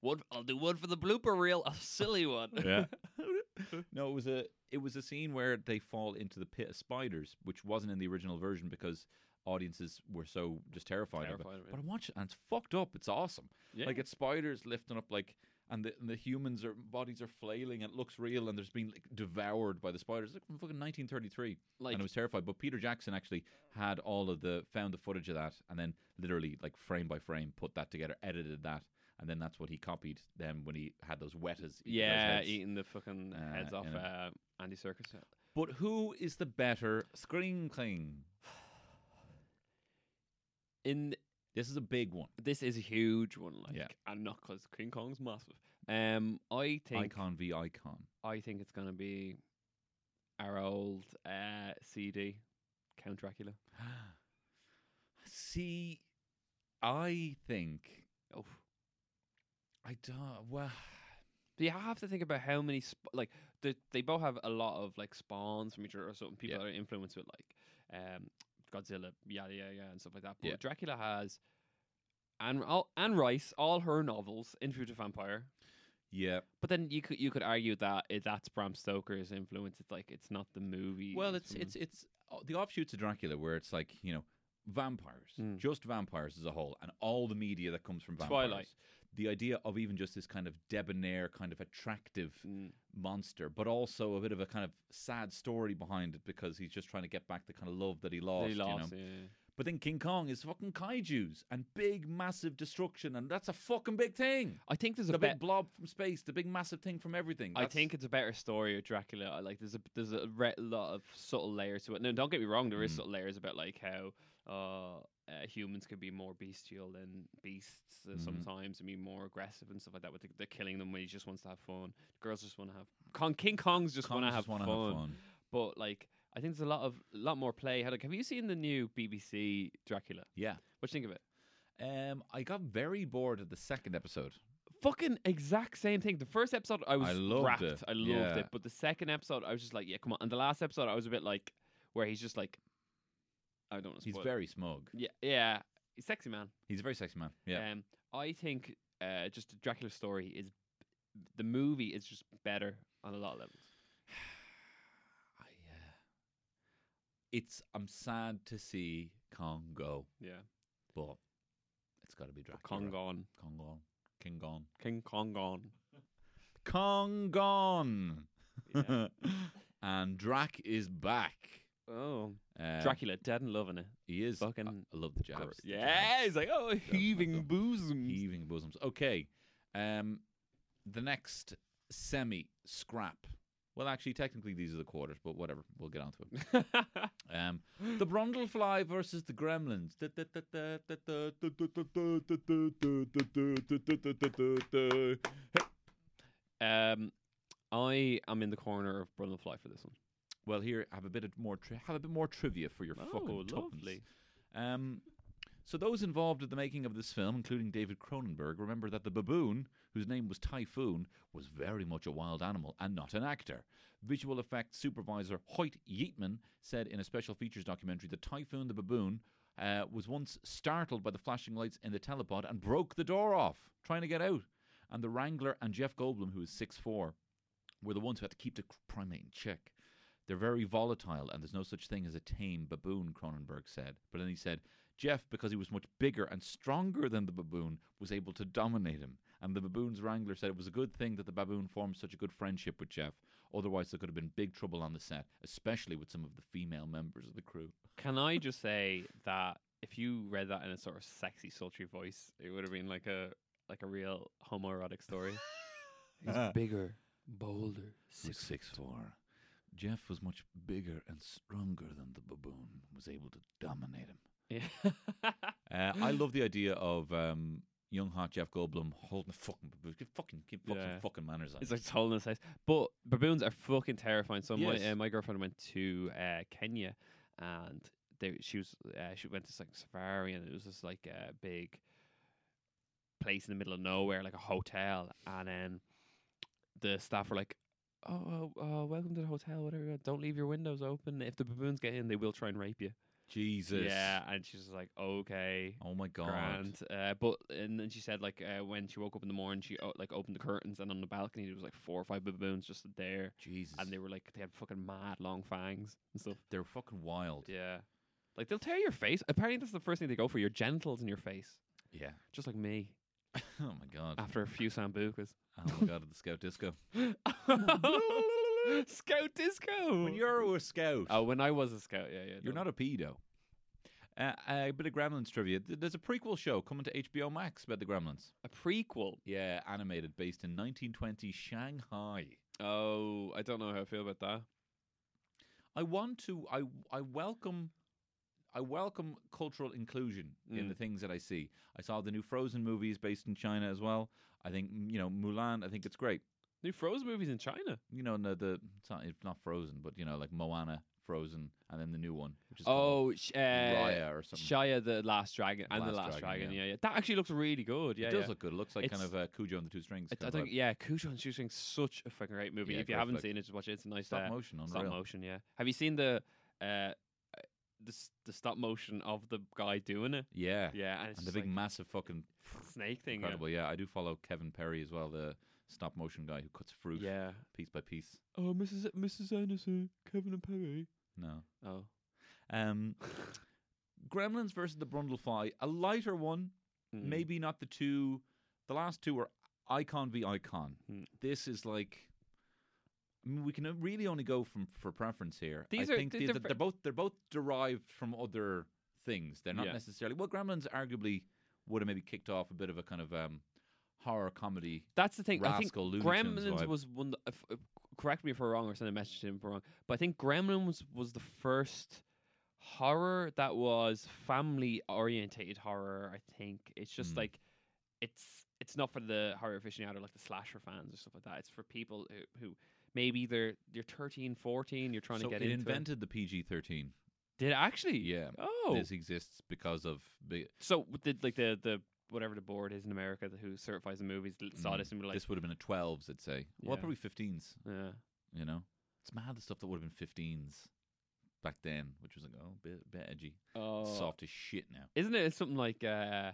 Speaker 3: one, I'll do one for the blooper reel, a silly one.
Speaker 2: yeah. no, it was a it was a scene where they fall into the pit of spiders, which wasn't in the original version because audiences were so just terrified, of
Speaker 3: Terrified
Speaker 2: it.
Speaker 3: of it.
Speaker 2: But I watch it and it's fucked up. It's awesome.
Speaker 3: Yeah.
Speaker 2: Like it's spiders lifting up like and the, and the humans are bodies are flailing and it looks real and there's being like, devoured by the spiders. It's like from fucking 1933
Speaker 3: like
Speaker 2: and I was terrified. But Peter Jackson actually had all of the found the footage of that, and then literally like frame by frame put that together, edited that, and then that's what he copied. Then when he had those wettas, eating those
Speaker 3: Yeah,
Speaker 2: heads.
Speaker 3: eating the fucking
Speaker 2: Uh,
Speaker 3: heads off
Speaker 2: you know.
Speaker 3: uh, Andy Circus.
Speaker 2: But who is the better Scream King?
Speaker 3: In
Speaker 2: This is a big one.
Speaker 3: this is a huge one, like,
Speaker 2: Yeah.
Speaker 3: and not because King Kong's massive. Um, I think
Speaker 2: Icon v icon.
Speaker 3: I think it's gonna be our old uh, CD, Count Dracula.
Speaker 2: See, I think
Speaker 3: Oh,
Speaker 2: I don't. Well,
Speaker 3: but you have to think about how many sp- like the, they both have a lot of like spawns from each other or something. People
Speaker 2: Yeah.
Speaker 3: that are influenced with like um, Godzilla, yada yada yada, and stuff like that. But
Speaker 2: Yeah.
Speaker 3: Dracula has. Anne, all, Anne Rice, all her novels, Interview with a Vampire,
Speaker 2: yeah.
Speaker 3: But then you could you could argue that it, that's Bram Stoker's influence. It's like it's not the movie.
Speaker 2: Well, it's
Speaker 3: from-
Speaker 2: it's it's uh, the offshoots of Dracula, where it's like you know vampires,
Speaker 3: Mm.
Speaker 2: just vampires as a whole, and all the media that comes from vampires.
Speaker 3: Twilight.
Speaker 2: The idea of even just this kind of debonair, kind of attractive
Speaker 3: Mm.
Speaker 2: monster, but also a bit of a kind of sad story behind it because he's just trying to get back the kind of love that he lost.
Speaker 3: They
Speaker 2: you know?
Speaker 3: lost, yeah.
Speaker 2: But then King Kong is fucking kaiju's and big, massive destruction, and that's a fucking big thing.
Speaker 3: I think there's
Speaker 2: The
Speaker 3: a
Speaker 2: big
Speaker 3: bet.
Speaker 2: blob from space, the big massive thing from everything.
Speaker 3: I
Speaker 2: That's-
Speaker 3: think it's a better story with Dracula. I Like there's a there's a re- lot of subtle layers to it. No, don't get me wrong. There is
Speaker 2: Mm.
Speaker 3: subtle layers about like how uh, uh, humans can be more bestial than beasts uh,
Speaker 2: Mhm.
Speaker 3: sometimes and be more aggressive and stuff like that. With the, the killing them when he just wants to have fun. girls just want to have Kong, King Kong's just want to
Speaker 2: Kongs
Speaker 3: have
Speaker 2: just wanna
Speaker 3: fun.
Speaker 2: have fun.
Speaker 3: But like I think there's a lot of lot more play. Had- Like, have you seen the new BBC Dracula?
Speaker 2: Yeah.
Speaker 3: What do you think of it?
Speaker 2: Um, I got very bored of the second episode.
Speaker 3: Fucking exact same thing. The first episode I was
Speaker 2: loved
Speaker 3: rapt.
Speaker 2: it,
Speaker 3: I loved
Speaker 2: yeah.
Speaker 3: it. But the second episode I was just like, yeah, come on. And the last episode I was a bit like where he's just like I don't know.
Speaker 2: He's very smug.
Speaker 3: Yeah, yeah. He's sexy man.
Speaker 2: He's a very sexy man. Yeah.
Speaker 3: Um I think uh just the Dracula story is the movie is just better on a lot of levels.
Speaker 2: I, uh, it's I'm sad to see Kong go,
Speaker 3: Yeah.
Speaker 2: but it's got to be Dracula.
Speaker 3: Kong gone.
Speaker 2: Kong gone. King gone.
Speaker 3: King Kong gone.
Speaker 2: Kong gone.
Speaker 3: Yeah.
Speaker 2: and Drac is back.
Speaker 3: oh.
Speaker 2: Uh,
Speaker 3: Dracula dead and loving it.
Speaker 2: He is. I-
Speaker 3: fucking
Speaker 2: I, love the jabs. the
Speaker 3: yeah,
Speaker 2: jabs.
Speaker 3: he's like, oh, heaving
Speaker 2: Michael.
Speaker 3: bosoms.
Speaker 2: Heaving bosoms. Okay. Um, the next semi scrap. Well, actually, technically, these are the quarters, but whatever. We'll get on to it. Um, the Brundlefly versus the Gremlins.
Speaker 3: um, I am in the corner of Brundle Fly for this one.
Speaker 2: Well, here have a bit of more tri- have a bit more trivia for your
Speaker 3: Oh,
Speaker 2: fucking tuppence.
Speaker 3: lovely.
Speaker 2: Um, so those involved in the making of this film, including David Cronenberg, remember that the baboon, whose name was Typhoon, was very much a wild animal and not an actor. Visual effects supervisor Hoyt Yeatman said in a special features documentary that Typhoon the baboon uh, was once startled by the flashing lights in the telepod and broke the door off trying to get out. And the Wrangler and Jeff Goldblum, who is 6'4", were the ones who had to keep the cr- primate in check. They're very volatile, and there's no such thing as a tame baboon, Cronenberg said. But then he said, Jeff, because he was much bigger and stronger than the baboon, was able to dominate him. And the baboon's wrangler said it was a good thing that the baboon formed such a good friendship with Jeff. Otherwise, there could have been big trouble on the set, especially with some of the female members of the crew.
Speaker 3: Can I just say that if you read that in a sort of sexy, sultry voice, it would have been like a like a real homoerotic story. He's bigger, bolder,
Speaker 2: was six four. Jeff was much bigger and stronger than the baboon, was able to dominate him.
Speaker 3: Yeah.
Speaker 2: Uh, I love the idea of um, young hot Jeff Goldblum holding the fucking baboon. Give fucking, give fucking,
Speaker 3: Yeah.
Speaker 2: fucking manners on.
Speaker 3: It's like tall and size. But baboons are fucking terrifying. So my
Speaker 2: Yes.
Speaker 3: uh, my girlfriend went to uh, Kenya, and they, she was uh, she went to like safari, and it was this like uh, big place in the middle of nowhere, like a hotel, and then the staff were like. Oh, uh, uh, welcome to the hotel. Whatever. Don't leave your windows open. If the baboons get in, they will try and rape you.
Speaker 2: Jesus.
Speaker 3: Yeah, and she's just like, okay.
Speaker 2: Oh my god.
Speaker 3: Grand. Uh, but and then she said like uh, when she woke up in the morning, she o- like opened the curtains and on the balcony there was like four or five baboons just there,
Speaker 2: Jesus.
Speaker 3: and they were like they had fucking mad long fangs and stuff.
Speaker 2: they're fucking wild.
Speaker 3: Yeah, like they'll tear your face. Apparently that's the first thing they go for your genitals and your face,
Speaker 2: Yeah.
Speaker 3: just like me
Speaker 2: oh my god.
Speaker 3: after a few sambucas.
Speaker 2: Oh my god. At the scout disco.
Speaker 3: scout disco.
Speaker 2: When you're a scout,
Speaker 3: oh, when I was a scout, yeah, yeah.
Speaker 2: you're not a pedo. Uh, a bit of Gremlins trivia. Th- There's a prequel show coming to HBO Max about the Gremlins.
Speaker 3: a prequel.
Speaker 2: Yeah, animated, based in 1920 Shanghai.
Speaker 3: Oh, I don't know how I feel about that.
Speaker 2: I want to. I I welcome. I welcome cultural inclusion in
Speaker 3: Mm.
Speaker 2: the things that I see. I saw the new Frozen movies based in China as well. I think mm, you know Mulan. I think it's great.
Speaker 3: New Frozen movies in China.
Speaker 2: You know, no, the it's not, it's not Frozen, but you know, like Moana Frozen, and then the new one, which is called
Speaker 3: Oh, sh- uh,
Speaker 2: Raya or something.
Speaker 3: Shia the Last Dragon and the Last Dragon. yeah. yeah, That actually looks really good. Yeah,
Speaker 2: it does
Speaker 3: yeah.
Speaker 2: look good. It looks like kind
Speaker 3: It's-
Speaker 2: of uh, Cujo and the Two Strings.
Speaker 3: I, I
Speaker 2: kind of
Speaker 3: think yeah, Cujo and Shoestrings such a fucking great movie.
Speaker 2: Yeah,
Speaker 3: if you haven't
Speaker 2: perfect.
Speaker 3: seen it, just watch it. It's a nice
Speaker 2: stop
Speaker 3: uh,
Speaker 2: motion, unreal.
Speaker 3: stop motion. Yeah. Have you seen the uh, the s- the stop motion of the guy doing it?
Speaker 2: Yeah,
Speaker 3: Yeah, and it's
Speaker 2: and the
Speaker 3: just
Speaker 2: big
Speaker 3: like
Speaker 2: massive fucking
Speaker 3: snake thing. yeah.
Speaker 2: incredible. Yeah, I do follow Kevin Perry as well, the stop motion guy who cuts fruit
Speaker 3: Yeah.
Speaker 2: piece by piece.
Speaker 3: Oh, Mrs. Mrs. Anderson, Kevin and Perry.
Speaker 2: No,
Speaker 3: Oh,
Speaker 2: um, Gremlins versus the Brundlefly, a lighter one.
Speaker 3: Mm.
Speaker 2: Maybe not the two. The last two were icon v icon.
Speaker 3: Mm.
Speaker 2: This is like. I mean, we can really only go from for preference here.
Speaker 3: These
Speaker 2: I
Speaker 3: are-
Speaker 2: think
Speaker 3: they're
Speaker 2: these
Speaker 3: different-
Speaker 2: they're both they're both derived from other things. They're not
Speaker 3: Yeah.
Speaker 2: necessarily well. Gremlins arguably would have maybe kicked off a bit of a kind of um, horror comedy.
Speaker 3: That's the thing. I think
Speaker 2: Rascal Looney Tunes
Speaker 3: Gremlins
Speaker 2: vibe.
Speaker 3: was one. That, if, if- correct me if I'm wrong, or send a message to him if I'm wrong. But I think Gremlins was the first horror that was family orientated horror. I think it's just
Speaker 2: Mm.
Speaker 3: like it's it's not for the horror aficionado like the slasher fans or stuff like that. It's for people who, who maybe they're you're 13, 14, You're trying
Speaker 2: so
Speaker 3: to get
Speaker 2: it
Speaker 3: into
Speaker 2: invented the PG thirteen.
Speaker 3: it. Did it actually?
Speaker 2: Yeah,
Speaker 3: Oh,
Speaker 2: this exists because of be-
Speaker 3: so with the, like the the whatever the board is in America that- who certifies the movies l- saw
Speaker 2: Mm.
Speaker 3: this and were like,
Speaker 2: this would have been a twelves, I'd say. Well,
Speaker 3: Yeah.
Speaker 2: probably fifteens.
Speaker 3: yeah.
Speaker 2: You know, it's mad the stuff that would have been 15s back then, which was like, oh, bit, bit edgy,
Speaker 3: Oh.
Speaker 2: soft as shit now.
Speaker 3: Isn't it something like uh,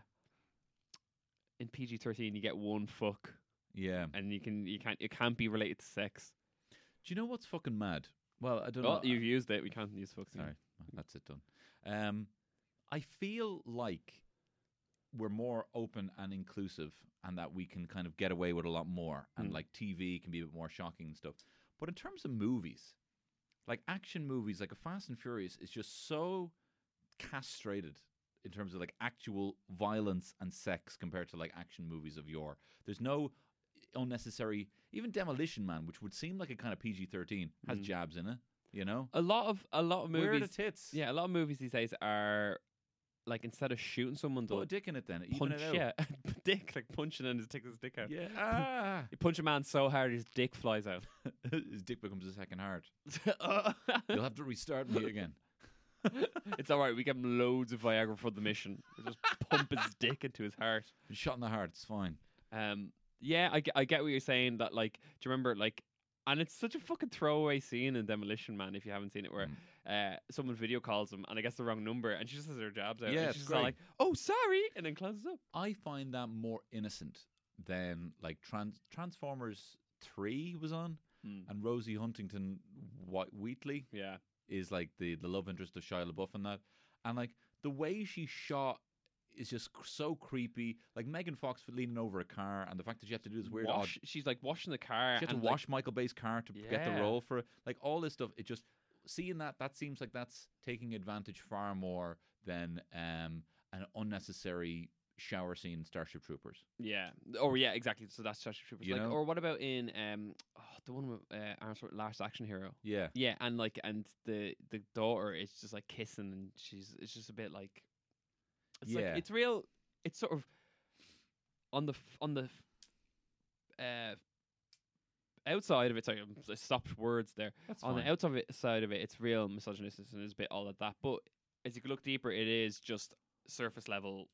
Speaker 3: in PG thirteen you get one fuck
Speaker 2: Yeah.
Speaker 3: and you can you can't it can't be related to sex.
Speaker 2: Do you know what's fucking mad? Well, I don't
Speaker 3: Oh,
Speaker 2: know.
Speaker 3: you've used it. We can't use fuck.
Speaker 2: Sorry, that's it done. Um, I feel like we're more open and inclusive, and that we can kind of get away with a lot more, and
Speaker 3: Mm.
Speaker 2: like TV can be a bit more shocking and stuff. But in terms of movies, like action movies, like a Fast and Furious is just so castrated in terms of like actual violence and sex compared to like action movies of yore. There's no unnecessary, even Demolition Man, which would seem like a kind of PG-13, has
Speaker 3: Mm.
Speaker 2: jabs in it. You know,
Speaker 3: A lot of a lot of
Speaker 2: where are the
Speaker 3: movies.
Speaker 2: tits?
Speaker 3: Yeah, a lot of movies these days are like instead of shooting someone,
Speaker 2: Put
Speaker 3: they'll
Speaker 2: a dick in it then. Even
Speaker 3: punch.
Speaker 2: it out.
Speaker 3: Yeah, dick like punching and his dick his dick out.
Speaker 2: Yeah. Ah.
Speaker 3: You punch a man so hard his dick flies out.
Speaker 2: His dick becomes a second heart. You'll have to restart me again.
Speaker 3: it's all right. We give him loads of Viagra for the mission. We just pump his dick into his heart.
Speaker 2: Shot in the heart. It's fine.
Speaker 3: Um, yeah, I, ge- I get what you're saying. That like, do you remember like, and it's such a fucking throwaway scene in Demolition Man if you haven't seen it, where
Speaker 2: Mm.
Speaker 3: uh, someone video calls him and I guess the wrong number, and she just has her jabs out.
Speaker 2: Yeah,
Speaker 3: and
Speaker 2: it's
Speaker 3: she's just all like,
Speaker 2: great.
Speaker 3: oh sorry, and then closes up.
Speaker 2: I find that more innocent than like trans- Transformers Three was on,
Speaker 3: Mm.
Speaker 2: and Rosie Huntington White Wheatley
Speaker 3: Yeah,
Speaker 2: is like the the love interest of Shia LaBeouf and that, and like the way she shot. Is just cr- so creepy. Like Megan Fox leaning over a car, and the fact that you have to do this weird, odd
Speaker 3: Wash, she's like washing the car.
Speaker 2: She had to
Speaker 3: and, like,
Speaker 2: wash Michael Bay's car to get the
Speaker 3: Yeah.
Speaker 2: role for it. Like all this stuff, it just seeing that that seems like that's taking advantage far more than um, an unnecessary shower scene in Starship Troopers.
Speaker 3: Yeah. Oh, yeah, exactly. So that's Starship Troopers.
Speaker 2: You
Speaker 3: Like,
Speaker 2: know?
Speaker 3: or what about in um oh, the one with uh, Armstrong, Last Action Hero?
Speaker 2: Yeah,
Speaker 3: Yeah, and like, and the the daughter is just like kissing, and she's it's just a bit like, it's
Speaker 2: Yeah.
Speaker 3: like it's real. It's sort of on the f- on the f- uh outside of it. Sorry, I'm- I stopped words there.
Speaker 2: that's
Speaker 3: on
Speaker 2: fine.
Speaker 3: the outside of it, side of it, it's real misogynistic and it's a bit all of that. But as you look deeper, it is just surface level.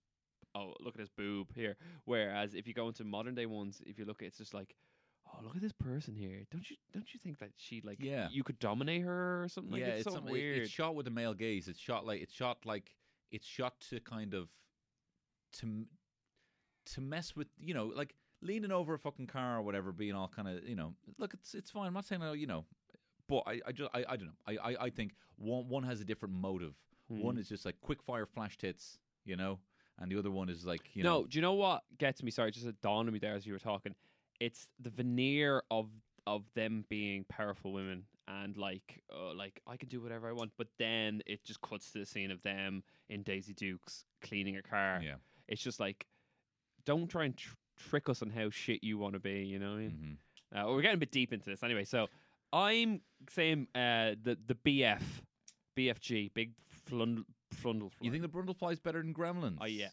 Speaker 3: Oh, look at this boob here. Whereas if you go into modern day ones, if you look, it's just like, oh, look at this person here. Don't you don't you think that she like
Speaker 2: Yeah.
Speaker 3: you could dominate her or something?
Speaker 2: yeah,
Speaker 3: like, it's, so
Speaker 2: something- it-
Speaker 3: weird.
Speaker 2: It's shot with the male gaze. It's shot like it's shot like it's shot to kind of to m- to mess with you know like leaning over a fucking car or whatever, being all kind of you know look it's it's fine. I'm not saying oh you know, but I I just I, I don't know. I, I I think one one has a different motive.
Speaker 3: Hmm.
Speaker 2: One is just like quick fire flash tits, you know, and the other one is like you
Speaker 3: no,
Speaker 2: know
Speaker 3: do you know what gets me? Sorry, it just it dawned on me there as you were talking. It's the veneer of of them being powerful women and like uh, like I can do whatever I want, but then it just cuts to the scene of them in Daisy Dukes cleaning a car.
Speaker 2: yeah.
Speaker 3: It's just like don't try and tr- trick us on how shit you want to be. You know what I mean?
Speaker 2: hmm
Speaker 3: Uh, well, we're getting a bit deep into this anyway. So I'm saying uh, the the BF, BFG, big flundle. flundle
Speaker 2: You think the Brundlefly is better than Gremlins?
Speaker 3: uh, Oh, yeah.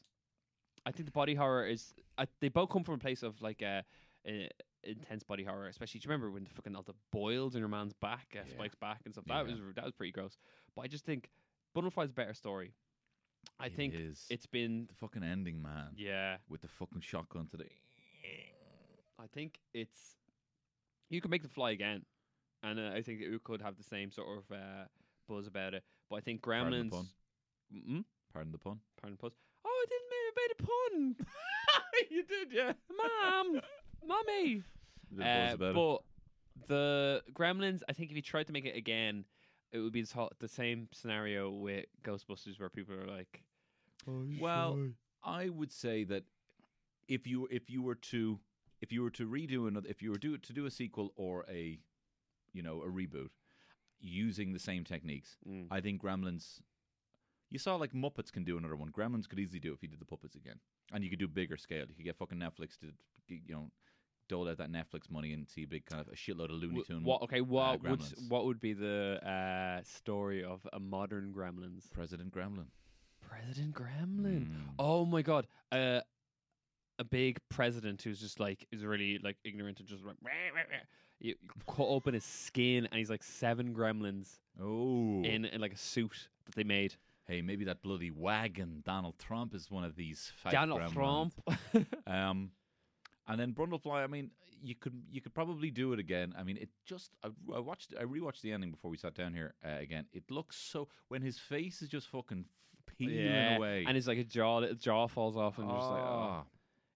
Speaker 3: I think the body horror is. I, they both come from a place of like a, uh, intense body horror. Especially, do you remember when the fucking all the boils in your man's back, uh,
Speaker 2: Yeah.
Speaker 3: Spike's back, and stuff?
Speaker 2: Yeah.
Speaker 3: That was that was pretty gross. But I just think Butterfly's a better story. I
Speaker 2: It
Speaker 3: think
Speaker 2: is.
Speaker 3: it's been
Speaker 2: the fucking ending, man.
Speaker 3: yeah.
Speaker 2: With the fucking shotgun to the
Speaker 3: I think it's you could make the fly again, and uh, I think it could have the same sort of uh, buzz about it. But I think
Speaker 2: Pardon the
Speaker 3: Gremlins.
Speaker 2: pun.
Speaker 3: Mm-mm,
Speaker 2: Pardon the pun.
Speaker 3: pardon the pause. Oh, I didn't make, made a pun. you did, yeah, mom, mommy.
Speaker 2: The buzz
Speaker 3: Uh,
Speaker 2: about it.
Speaker 3: but the Gremlins, I think if you tried to make it again, it would be the, to- the same scenario with Ghostbusters, where people are like,
Speaker 2: Well, I would say that if you if you were to if you were to redo another if you were do to do a sequel or a you know a reboot using the same techniques,
Speaker 3: Mm.
Speaker 2: I think Gremlins. You saw like Muppets can do another one. Gremlins could easily do it if you did the puppets again, and you could do bigger scale. You could get fucking Netflix to you know dole out that Netflix money and see a big kind of a shitload of Looney
Speaker 3: wh-
Speaker 2: Tune. uh,
Speaker 3: what? Okay, what would s-
Speaker 2: Gremlins.
Speaker 3: what would be the uh, story of a modern Gremlins?
Speaker 2: President Gremlin.
Speaker 3: President Gremlin.
Speaker 2: Mm.
Speaker 3: Oh my god. Uh, a big president who's just like is really like ignorant and just like "Wah, wah, wah." you you cut open his skin and he's like seven gremlins
Speaker 2: Oh,
Speaker 3: in, in like a suit that they made.
Speaker 2: hey, maybe that bloody wagon Donald Trump is one of these. fake
Speaker 3: Donald
Speaker 2: Gremlins.
Speaker 3: Trump.
Speaker 2: Um, and then Brundlefly, I mean, you could you could probably do it again. I mean, it just I, I watched I rewatched the ending before we sat down here uh, again. It looks so when his face is just fucking f- peeling away,
Speaker 3: And it's like a jaw little jaw falls off and you're just like oh.
Speaker 2: Ah.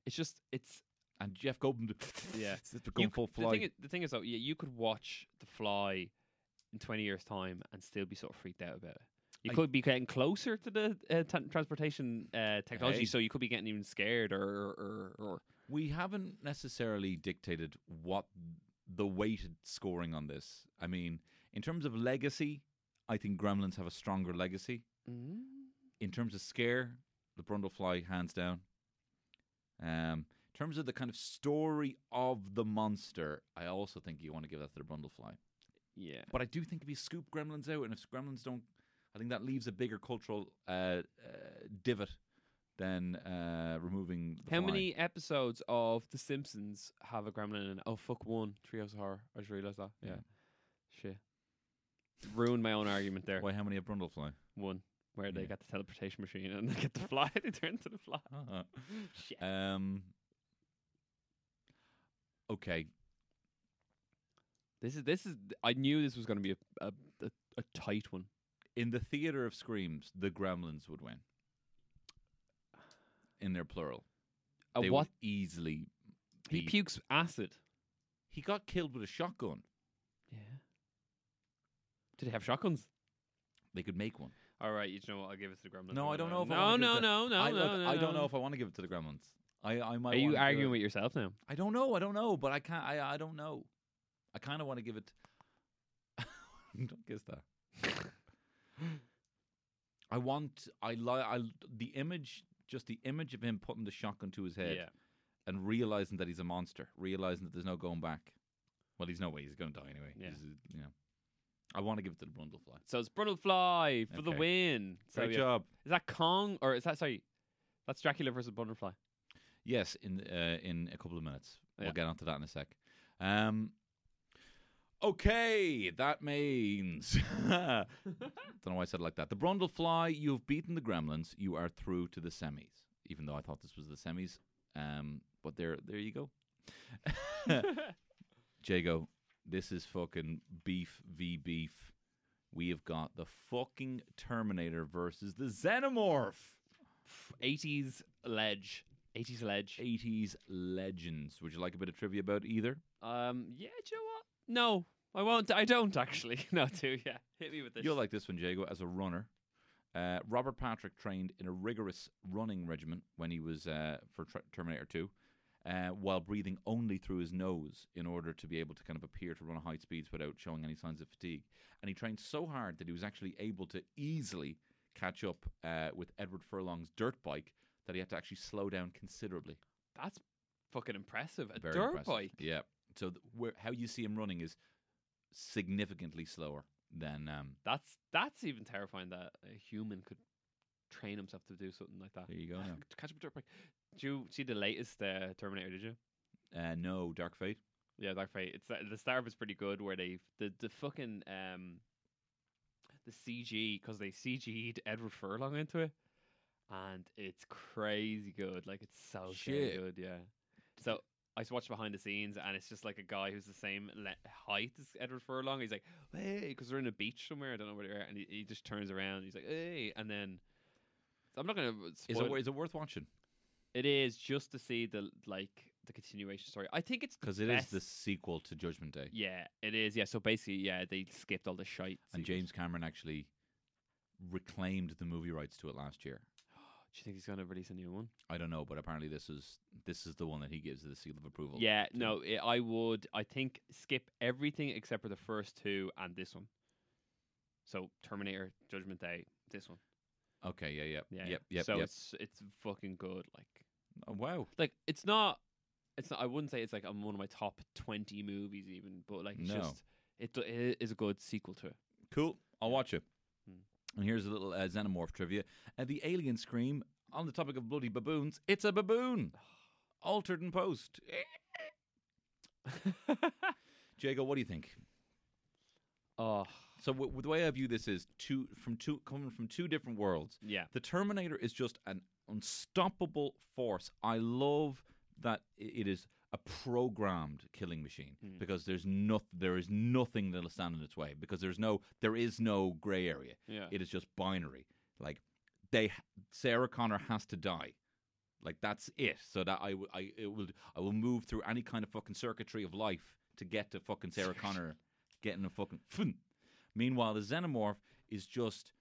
Speaker 3: it's just it's
Speaker 2: and Jeff Goldblum,
Speaker 3: Yeah.
Speaker 2: it's become
Speaker 3: you
Speaker 2: full
Speaker 3: could- The
Speaker 2: fly.
Speaker 3: thing, is, the thing is though, yeah, you could watch The Fly in 20 years time and still be sort of freaked out about it. You
Speaker 2: I-
Speaker 3: could be getting closer to the uh, t- transportation uh, technology,
Speaker 2: Hey.
Speaker 3: so you could be getting even scared or or, or, or
Speaker 2: we haven't necessarily dictated what the weighted scoring on this. I mean, in terms of legacy, I think Gremlins have a stronger legacy. in terms of scare, the Brundlefly hands down. Um, in terms of the kind of story of the monster, I also think you want to give that to the Brundlefly.
Speaker 3: yeah.
Speaker 2: But I do think if you scoop Gremlins out, and if Gremlins don't, I think that leaves a bigger cultural uh, uh, divot than uh, removing. The
Speaker 3: How
Speaker 2: fly.
Speaker 3: many episodes of The Simpsons have a gremlin in it? Oh fuck, one. Treehouse of Horror. I just realized that. Yeah,
Speaker 2: Yeah.
Speaker 3: shit. Ruined my own argument there.
Speaker 2: Why? How many of Brundlefly?
Speaker 3: One where they
Speaker 2: Yeah.
Speaker 3: got the teleportation machine and they get the fly. they turn to the fly. Shit.
Speaker 2: um. Okay,
Speaker 3: This is this is. I knew this was going to be a, a a a tight one.
Speaker 2: in the theater of screams, the Gremlins would win. In their plural.
Speaker 3: Uh,
Speaker 2: they
Speaker 3: what
Speaker 2: would easily.
Speaker 3: he
Speaker 2: be-
Speaker 3: pukes acid.
Speaker 2: He got killed with a shotgun.
Speaker 3: Yeah. Did he have shotguns?
Speaker 2: They could make one.
Speaker 3: All right, you know what? I'll give it to the Gremlins.
Speaker 2: No, I don't know if I
Speaker 3: No,
Speaker 2: wanna give it
Speaker 3: no,
Speaker 2: to-
Speaker 3: no, no,
Speaker 2: I,
Speaker 3: no,
Speaker 2: look,
Speaker 3: no.
Speaker 2: I don't
Speaker 3: no.
Speaker 2: know if I want to give it to the Gremlins. I, I might.
Speaker 3: Are you
Speaker 2: wanna do
Speaker 3: arguing
Speaker 2: it.
Speaker 3: with yourself now?
Speaker 2: I don't know. I don't know. But I can't. I I don't know. I kind of want to give it. don't guess that. I want. I like. I the image. Just the image of him putting the shotgun to his head and realizing that he's a monster, realizing that there's no going back. Well, he's no way. He's going to die anyway.
Speaker 3: Yeah.
Speaker 2: He's, uh, you know. I want to give it to the Brundlefly.
Speaker 3: So it's Brutal Fly for the
Speaker 2: Okay.
Speaker 3: win. So
Speaker 2: Great
Speaker 3: yeah.
Speaker 2: job.
Speaker 3: Is that Kong or is that sorry? That's Dracula versus Butterfly.
Speaker 2: Yes, in uh, in a couple of minutes.
Speaker 3: Yeah.
Speaker 2: We'll get onto that in a sec. Um, okay, that means don't know why I said it like that. The Brundlefly, you've beaten the Gremlins. You are through to the semis. Even though I thought this was the semis, um, but there there you go. Jago, this is fucking beef v beef. We have got the fucking Terminator versus the Xenomorph.
Speaker 3: Eighties ledge. Eighties ledge.
Speaker 2: 80s legends. Would you like a bit of trivia about either?
Speaker 3: Um. Yeah. Do you know what? No, I won't. I don't actually. No, do yeah. Hit me with this.
Speaker 2: You'll like this one, Jago, as a runner. Uh, Robert Patrick trained in a rigorous running regimen when he was uh, for Tr- Terminator 2, uh, while breathing only through his nose in order to be able to kind of appear to run at high speeds without showing any signs of fatigue. And he trained so hard that he was actually able to easily catch up uh, with Edward Furlong's dirt bike that he had to actually slow down considerably.
Speaker 3: That's fucking impressive. A
Speaker 2: Very
Speaker 3: dirt
Speaker 2: impressive.
Speaker 3: bike.
Speaker 2: Yeah. So th- where, how you see him running is significantly slower than um,
Speaker 3: That's that's even terrifying that a human could train himself to do something like that.
Speaker 2: There you go now.
Speaker 3: Catch up a dirt bike. Did you see the latest uh, Terminator? Did you?
Speaker 2: Uh, no, Dark Fate.
Speaker 3: Yeah, Dark Fate. It's the start was pretty good where they the the fucking um the CG because they CG'd Edward Furlong into it, and it's crazy good. Like it's so damn
Speaker 2: Shit.
Speaker 3: good. Yeah. So I just watched behind the scenes, and it's just like a guy who's the same le- height as Edward Furlong. He's like, hey, because they're in a beach somewhere. I don't know where they are, and he, he just turns around. And he's like, hey, and then. I'm not gonna.
Speaker 2: Is
Speaker 3: spoil
Speaker 2: it, is it worth watching?
Speaker 3: it is just to see the like the continuation story. I think it's the
Speaker 2: Because it is the
Speaker 3: best-
Speaker 2: sequel to Judgment Day.
Speaker 3: Yeah, it is. Yeah, so basically, yeah, they skipped all the shite.
Speaker 2: And
Speaker 3: sequels.
Speaker 2: James Cameron actually reclaimed the movie rights to it last year.
Speaker 3: do you think he's gonna release a new one?
Speaker 2: I don't know, but apparently this is this is the one that he gives the seal of approval.
Speaker 3: yeah,
Speaker 2: to.
Speaker 3: no, i I would. I think skip everything except for the first two and this one. So Terminator, Judgment Day, this one.
Speaker 2: Okay. Yeah. Yeah.
Speaker 3: Yeah,
Speaker 2: Yep. Yep.
Speaker 3: So
Speaker 2: yep.
Speaker 3: it's it's fucking good. Like,
Speaker 2: Oh, wow.
Speaker 3: like it's not. It's not. I wouldn't say it's like on one of my top twenty movies even, but like it's
Speaker 2: No.
Speaker 3: just it, it is a good sequel to it.
Speaker 2: Cool. I'll watch it.
Speaker 3: Hmm.
Speaker 2: And here's a little uh, xenomorph trivia. Uh, the alien scream on the topic of bloody baboons. It's a baboon, altered in post. Jago, what do you think?
Speaker 3: Oh
Speaker 2: So w- w- the way I view this is two from two coming from two different worlds.
Speaker 3: yeah,
Speaker 2: The Terminator is just an unstoppable force. I love that i- it is a programmed killing machine because there's noth- there is nothing that'll stand in its way because there's no there is no gray area.
Speaker 3: Yeah.
Speaker 2: It is just binary. Like they h- Sarah Connor has to die. Like that's it. So that I, w- I it will I will move through any kind of fucking circuitry of life to get to fucking Sarah Connor getting a fucking Meanwhile, the xenomorph is just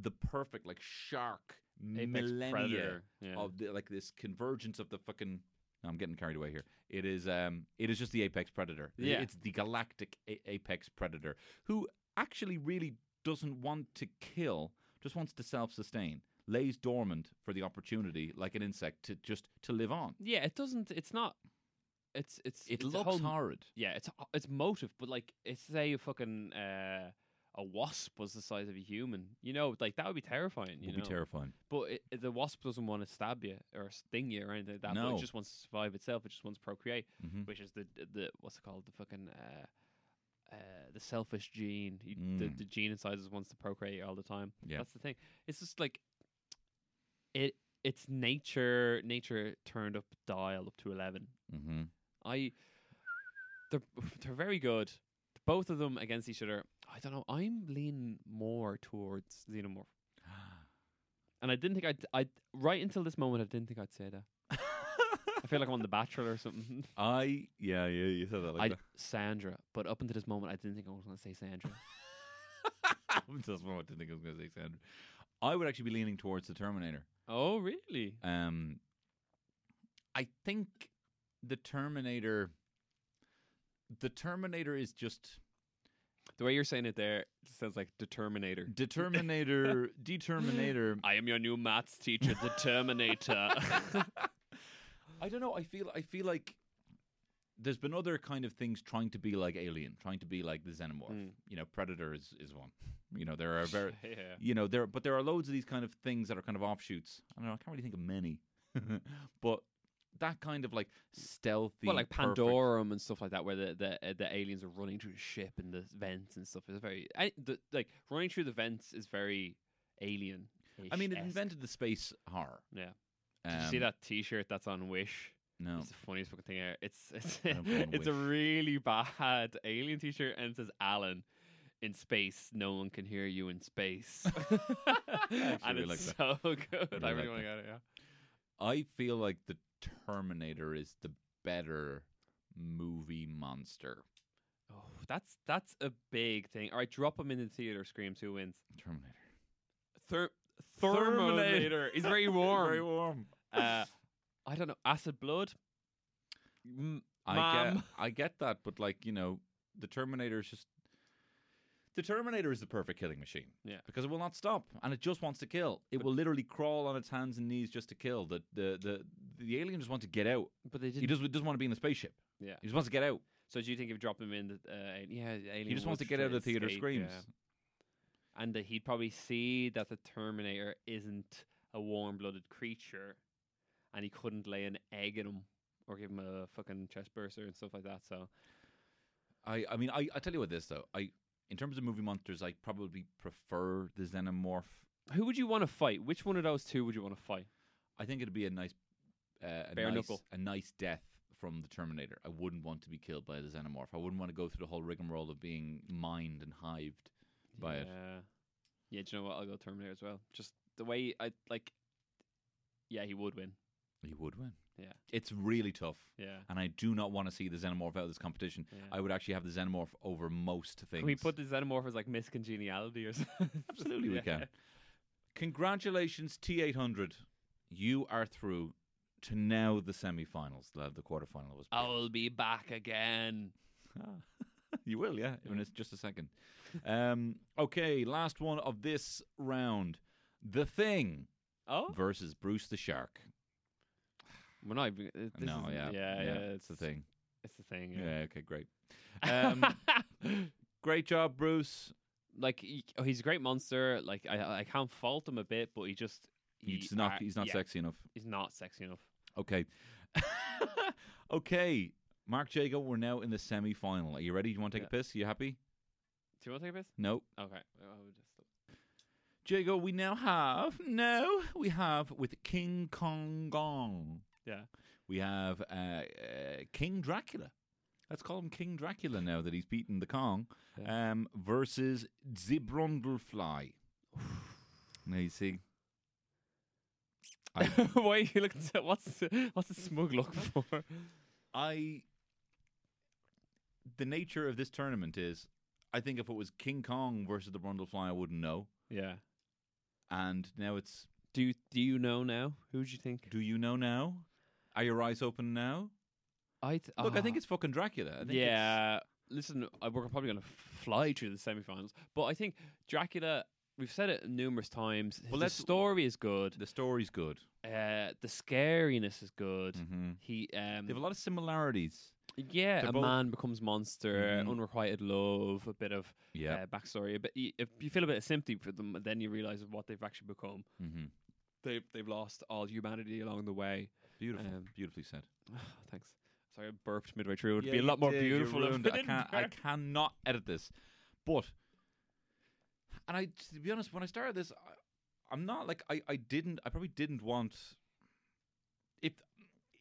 Speaker 2: the perfect like shark
Speaker 3: Apex
Speaker 2: millennia
Speaker 3: Predator, yeah.
Speaker 2: of the, like this convergence of the fucking. I'm getting carried away here. It is um, it is just the apex predator. I-
Speaker 3: Yeah.
Speaker 2: it's the galactic a- apex predator who actually really doesn't want to kill, just wants to self-sustain, lays dormant for the opportunity, like an insect, to just to live on.
Speaker 3: yeah. It doesn't. It's not. It's it's
Speaker 2: It
Speaker 3: it's a
Speaker 2: looks
Speaker 3: whole-
Speaker 2: horrid.
Speaker 3: Yeah, it's uh, it's motive, but like, it's say a fucking uh, a wasp was the size of a human. You know, like that would be terrifying. You
Speaker 2: Would
Speaker 3: know,
Speaker 2: be terrifying.
Speaker 3: but it, it- the wasp doesn't want to stab you or sting you or anything like that. But
Speaker 2: No.
Speaker 3: it just wants to survive itself. It just wants to procreate,
Speaker 2: Mhm.
Speaker 3: which is the the what's it called? The fucking uh, uh, the selfish gene. You, the,
Speaker 2: Mm.
Speaker 3: the gene inside us wants to procreate all the time.
Speaker 2: Yeah.
Speaker 3: that's the thing. It's just like it. It's nature. Nature turned up dial up to eleven.
Speaker 2: Mm-hmm.
Speaker 3: I they're they're very good. Both of them against each other. I don't know. I'm leaning more towards Xenomorph, and I didn't think I'd, I'd right until this moment. I didn't think I'd say that. I feel like I'm on The Bachelor or something.
Speaker 2: I yeah yeah you said that like
Speaker 3: I Sandra, but up until this moment, I didn't think I was going to say Sandra.
Speaker 2: that. That's what I didn't think I was going to say. Sandra. I would actually be leaning towards the Terminator.
Speaker 3: oh, really?
Speaker 2: Um, I think the Terminator. The Terminator is just
Speaker 3: The way you're saying it there it sounds like Determinator.
Speaker 2: Determinator. Determinator.
Speaker 3: I am your new maths teacher, the Terminator.
Speaker 2: I don't know. I feel. I feel like there's been other kind of things trying to be like Alien, trying to be like the Xenomorph.
Speaker 3: Mm.
Speaker 2: You know, Predator is is one. You know, there are very.
Speaker 3: yeah.
Speaker 2: you know there but there are loads of these kind of things that are kind of offshoots i don't know i can't really think of many but that kind of like stealthy
Speaker 3: well, like
Speaker 2: perfect-
Speaker 3: Pandorum and stuff like that, where the the, uh, the aliens are running through the ship and the vents and stuff. It's very I, the, like running through the vents is very alien.
Speaker 2: i mean it invented the space horror
Speaker 3: Yeah. Did you see
Speaker 2: Um,
Speaker 3: that T-shirt that's on Wish?
Speaker 2: no
Speaker 3: It's the funniest fucking thing ever. It's it's
Speaker 2: I don't go on
Speaker 3: it's a
Speaker 2: Wish.
Speaker 3: really bad alien T-shirt and it says Alan. In space, no one can hear you in space. and
Speaker 2: really
Speaker 3: it's
Speaker 2: like
Speaker 3: so good. I really
Speaker 2: really like
Speaker 3: want to get it. Yeah.
Speaker 2: i feel like the terminator is the better movie monster
Speaker 3: Oh, that's that's a big thing. All right, drop them in the theater. Screams who wins.
Speaker 2: terminator
Speaker 3: Ther-
Speaker 2: Therminator.
Speaker 3: thermometer. He's very warm.
Speaker 2: very warm
Speaker 3: Uh, I don't know. Acid blood. M-
Speaker 2: I get,
Speaker 3: ma'am.
Speaker 2: I get that, but like you know, the Terminator is just the Terminator is the perfect killing machine.
Speaker 3: Yeah.
Speaker 2: because it will not stop and it just wants to kill. It will literally crawl on its hands and knees just to kill. The the the, the alien just wants to get out.
Speaker 3: But they
Speaker 2: He
Speaker 3: didn't.
Speaker 2: just doesn't want to be in the spaceship.
Speaker 3: yeah.
Speaker 2: He just wants to get out.
Speaker 3: So do you think if you drop him in, the, uh, yeah, the alien
Speaker 2: He just wants to
Speaker 3: would
Speaker 2: get
Speaker 3: try
Speaker 2: out of the theater
Speaker 3: escape,
Speaker 2: screams.
Speaker 3: yeah. and that he'd probably see that the Terminator isn't a warm-blooded creature, and he couldn't lay an egg in him or give him a fucking chest burster and stuff like that. So
Speaker 2: I, I mean, I, I tell you what, this though, I in terms of movie monsters, I probably prefer the xenomorph.
Speaker 3: who would you want to fight? Which one of those two would you want to fight?
Speaker 2: I think it'd be a nice, uh, a
Speaker 3: Bare
Speaker 2: nice,
Speaker 3: knuckle.
Speaker 2: a nice death from the Terminator. I wouldn't want to be killed by the xenomorph. I wouldn't want to go through the whole rigmarole of being mined and hived by
Speaker 3: yeah.
Speaker 2: it.
Speaker 3: Yeah, do you know what? I'll go Terminator as well. Just the way I like. Yeah, he would win.
Speaker 2: He would win.
Speaker 3: Yeah.
Speaker 2: It's really tough,
Speaker 3: Yeah.
Speaker 2: and I do not want to see the xenomorph out of this competition.
Speaker 3: Yeah.
Speaker 2: I would actually have the xenomorph over most things.
Speaker 3: Can we put the xenomorph as like miscongeniality or something?
Speaker 2: Absolutely, we can. Congratulations, T800. You are through to now the semi-finals. The, the quarterfinal was.
Speaker 3: I'll be back again.
Speaker 2: Ah. you will, yeah. In it's just a second. Um, okay, last one of this round: The Thing
Speaker 3: Oh,
Speaker 2: versus Bruce the Shark.
Speaker 3: we're not. Even, uh, this
Speaker 2: no,
Speaker 3: isn't-
Speaker 2: yeah,
Speaker 3: yeah,
Speaker 2: It's the thing.
Speaker 3: It's the thing.
Speaker 2: Yeah.
Speaker 3: Yeah.
Speaker 2: okay, great. Um, great job, Bruce.
Speaker 3: like he, oh, he's a great monster. Like I, I can't fault him a bit, but he just
Speaker 2: He's
Speaker 3: he-
Speaker 2: not.
Speaker 3: uh,
Speaker 2: he's not
Speaker 3: yeah,
Speaker 2: sexy enough.
Speaker 3: He's not sexy enough.
Speaker 2: Okay. okay. Mark Jago, we're now in the semi final. Are you ready? You want to take a piss? you happy?
Speaker 3: Do you want to take a piss?
Speaker 2: No.
Speaker 3: Okay. Oh, I would just-
Speaker 2: Jago, we now have. No, we have with King Kong Gong.
Speaker 3: Yeah.
Speaker 2: We have uh, uh, King Dracula. Let's call him King Dracula now that he's beaten the Kong. Um, versus Zibrundlefly. now you see. I,
Speaker 3: Why are you looking? So, what's the- what's the smug look for?
Speaker 2: I the nature of this tournament is I think if it was King Kong versus the Brundlefly I wouldn't know.
Speaker 3: Yeah.
Speaker 2: And now it's
Speaker 3: Do you- Do you know now? Who do you think?
Speaker 2: do you know now? Are your eyes open now?
Speaker 3: I th-
Speaker 2: Look, I think
Speaker 3: ah.
Speaker 2: it's fucking Dracula. I think it's-
Speaker 3: yeah. Listen, I- we're probably going to fly through the semifinals, but I think Dracula. We've said it numerous times.
Speaker 2: Well,
Speaker 3: the
Speaker 2: let's-
Speaker 3: story is good.
Speaker 2: the story's good.
Speaker 3: Uh, the scariness is good.
Speaker 2: Mhm.
Speaker 3: He, um,
Speaker 2: They have a lot of similarities.
Speaker 3: yeah,
Speaker 2: they're
Speaker 3: a
Speaker 2: both-
Speaker 3: man becomes monster,
Speaker 2: Mhm.
Speaker 3: unrequited love, a bit of
Speaker 2: Yeah.
Speaker 3: uh, backstory. A bit, you, if you feel a bit of sympathy for them, and then you realize what they've actually become.
Speaker 2: hmm
Speaker 3: They've they've lost all humanity along the way.
Speaker 2: Beautiful.
Speaker 3: Um,
Speaker 2: Beautifully said.
Speaker 3: Thanks. Sorry, I burped midway through. It would be a lot more beautiful. if
Speaker 2: I,
Speaker 3: didn't
Speaker 2: can't, I
Speaker 3: burp.
Speaker 2: cannot edit this. But, and I, to be honest, when I started this, I, I'm not like, I, I didn't, I probably didn't want, if,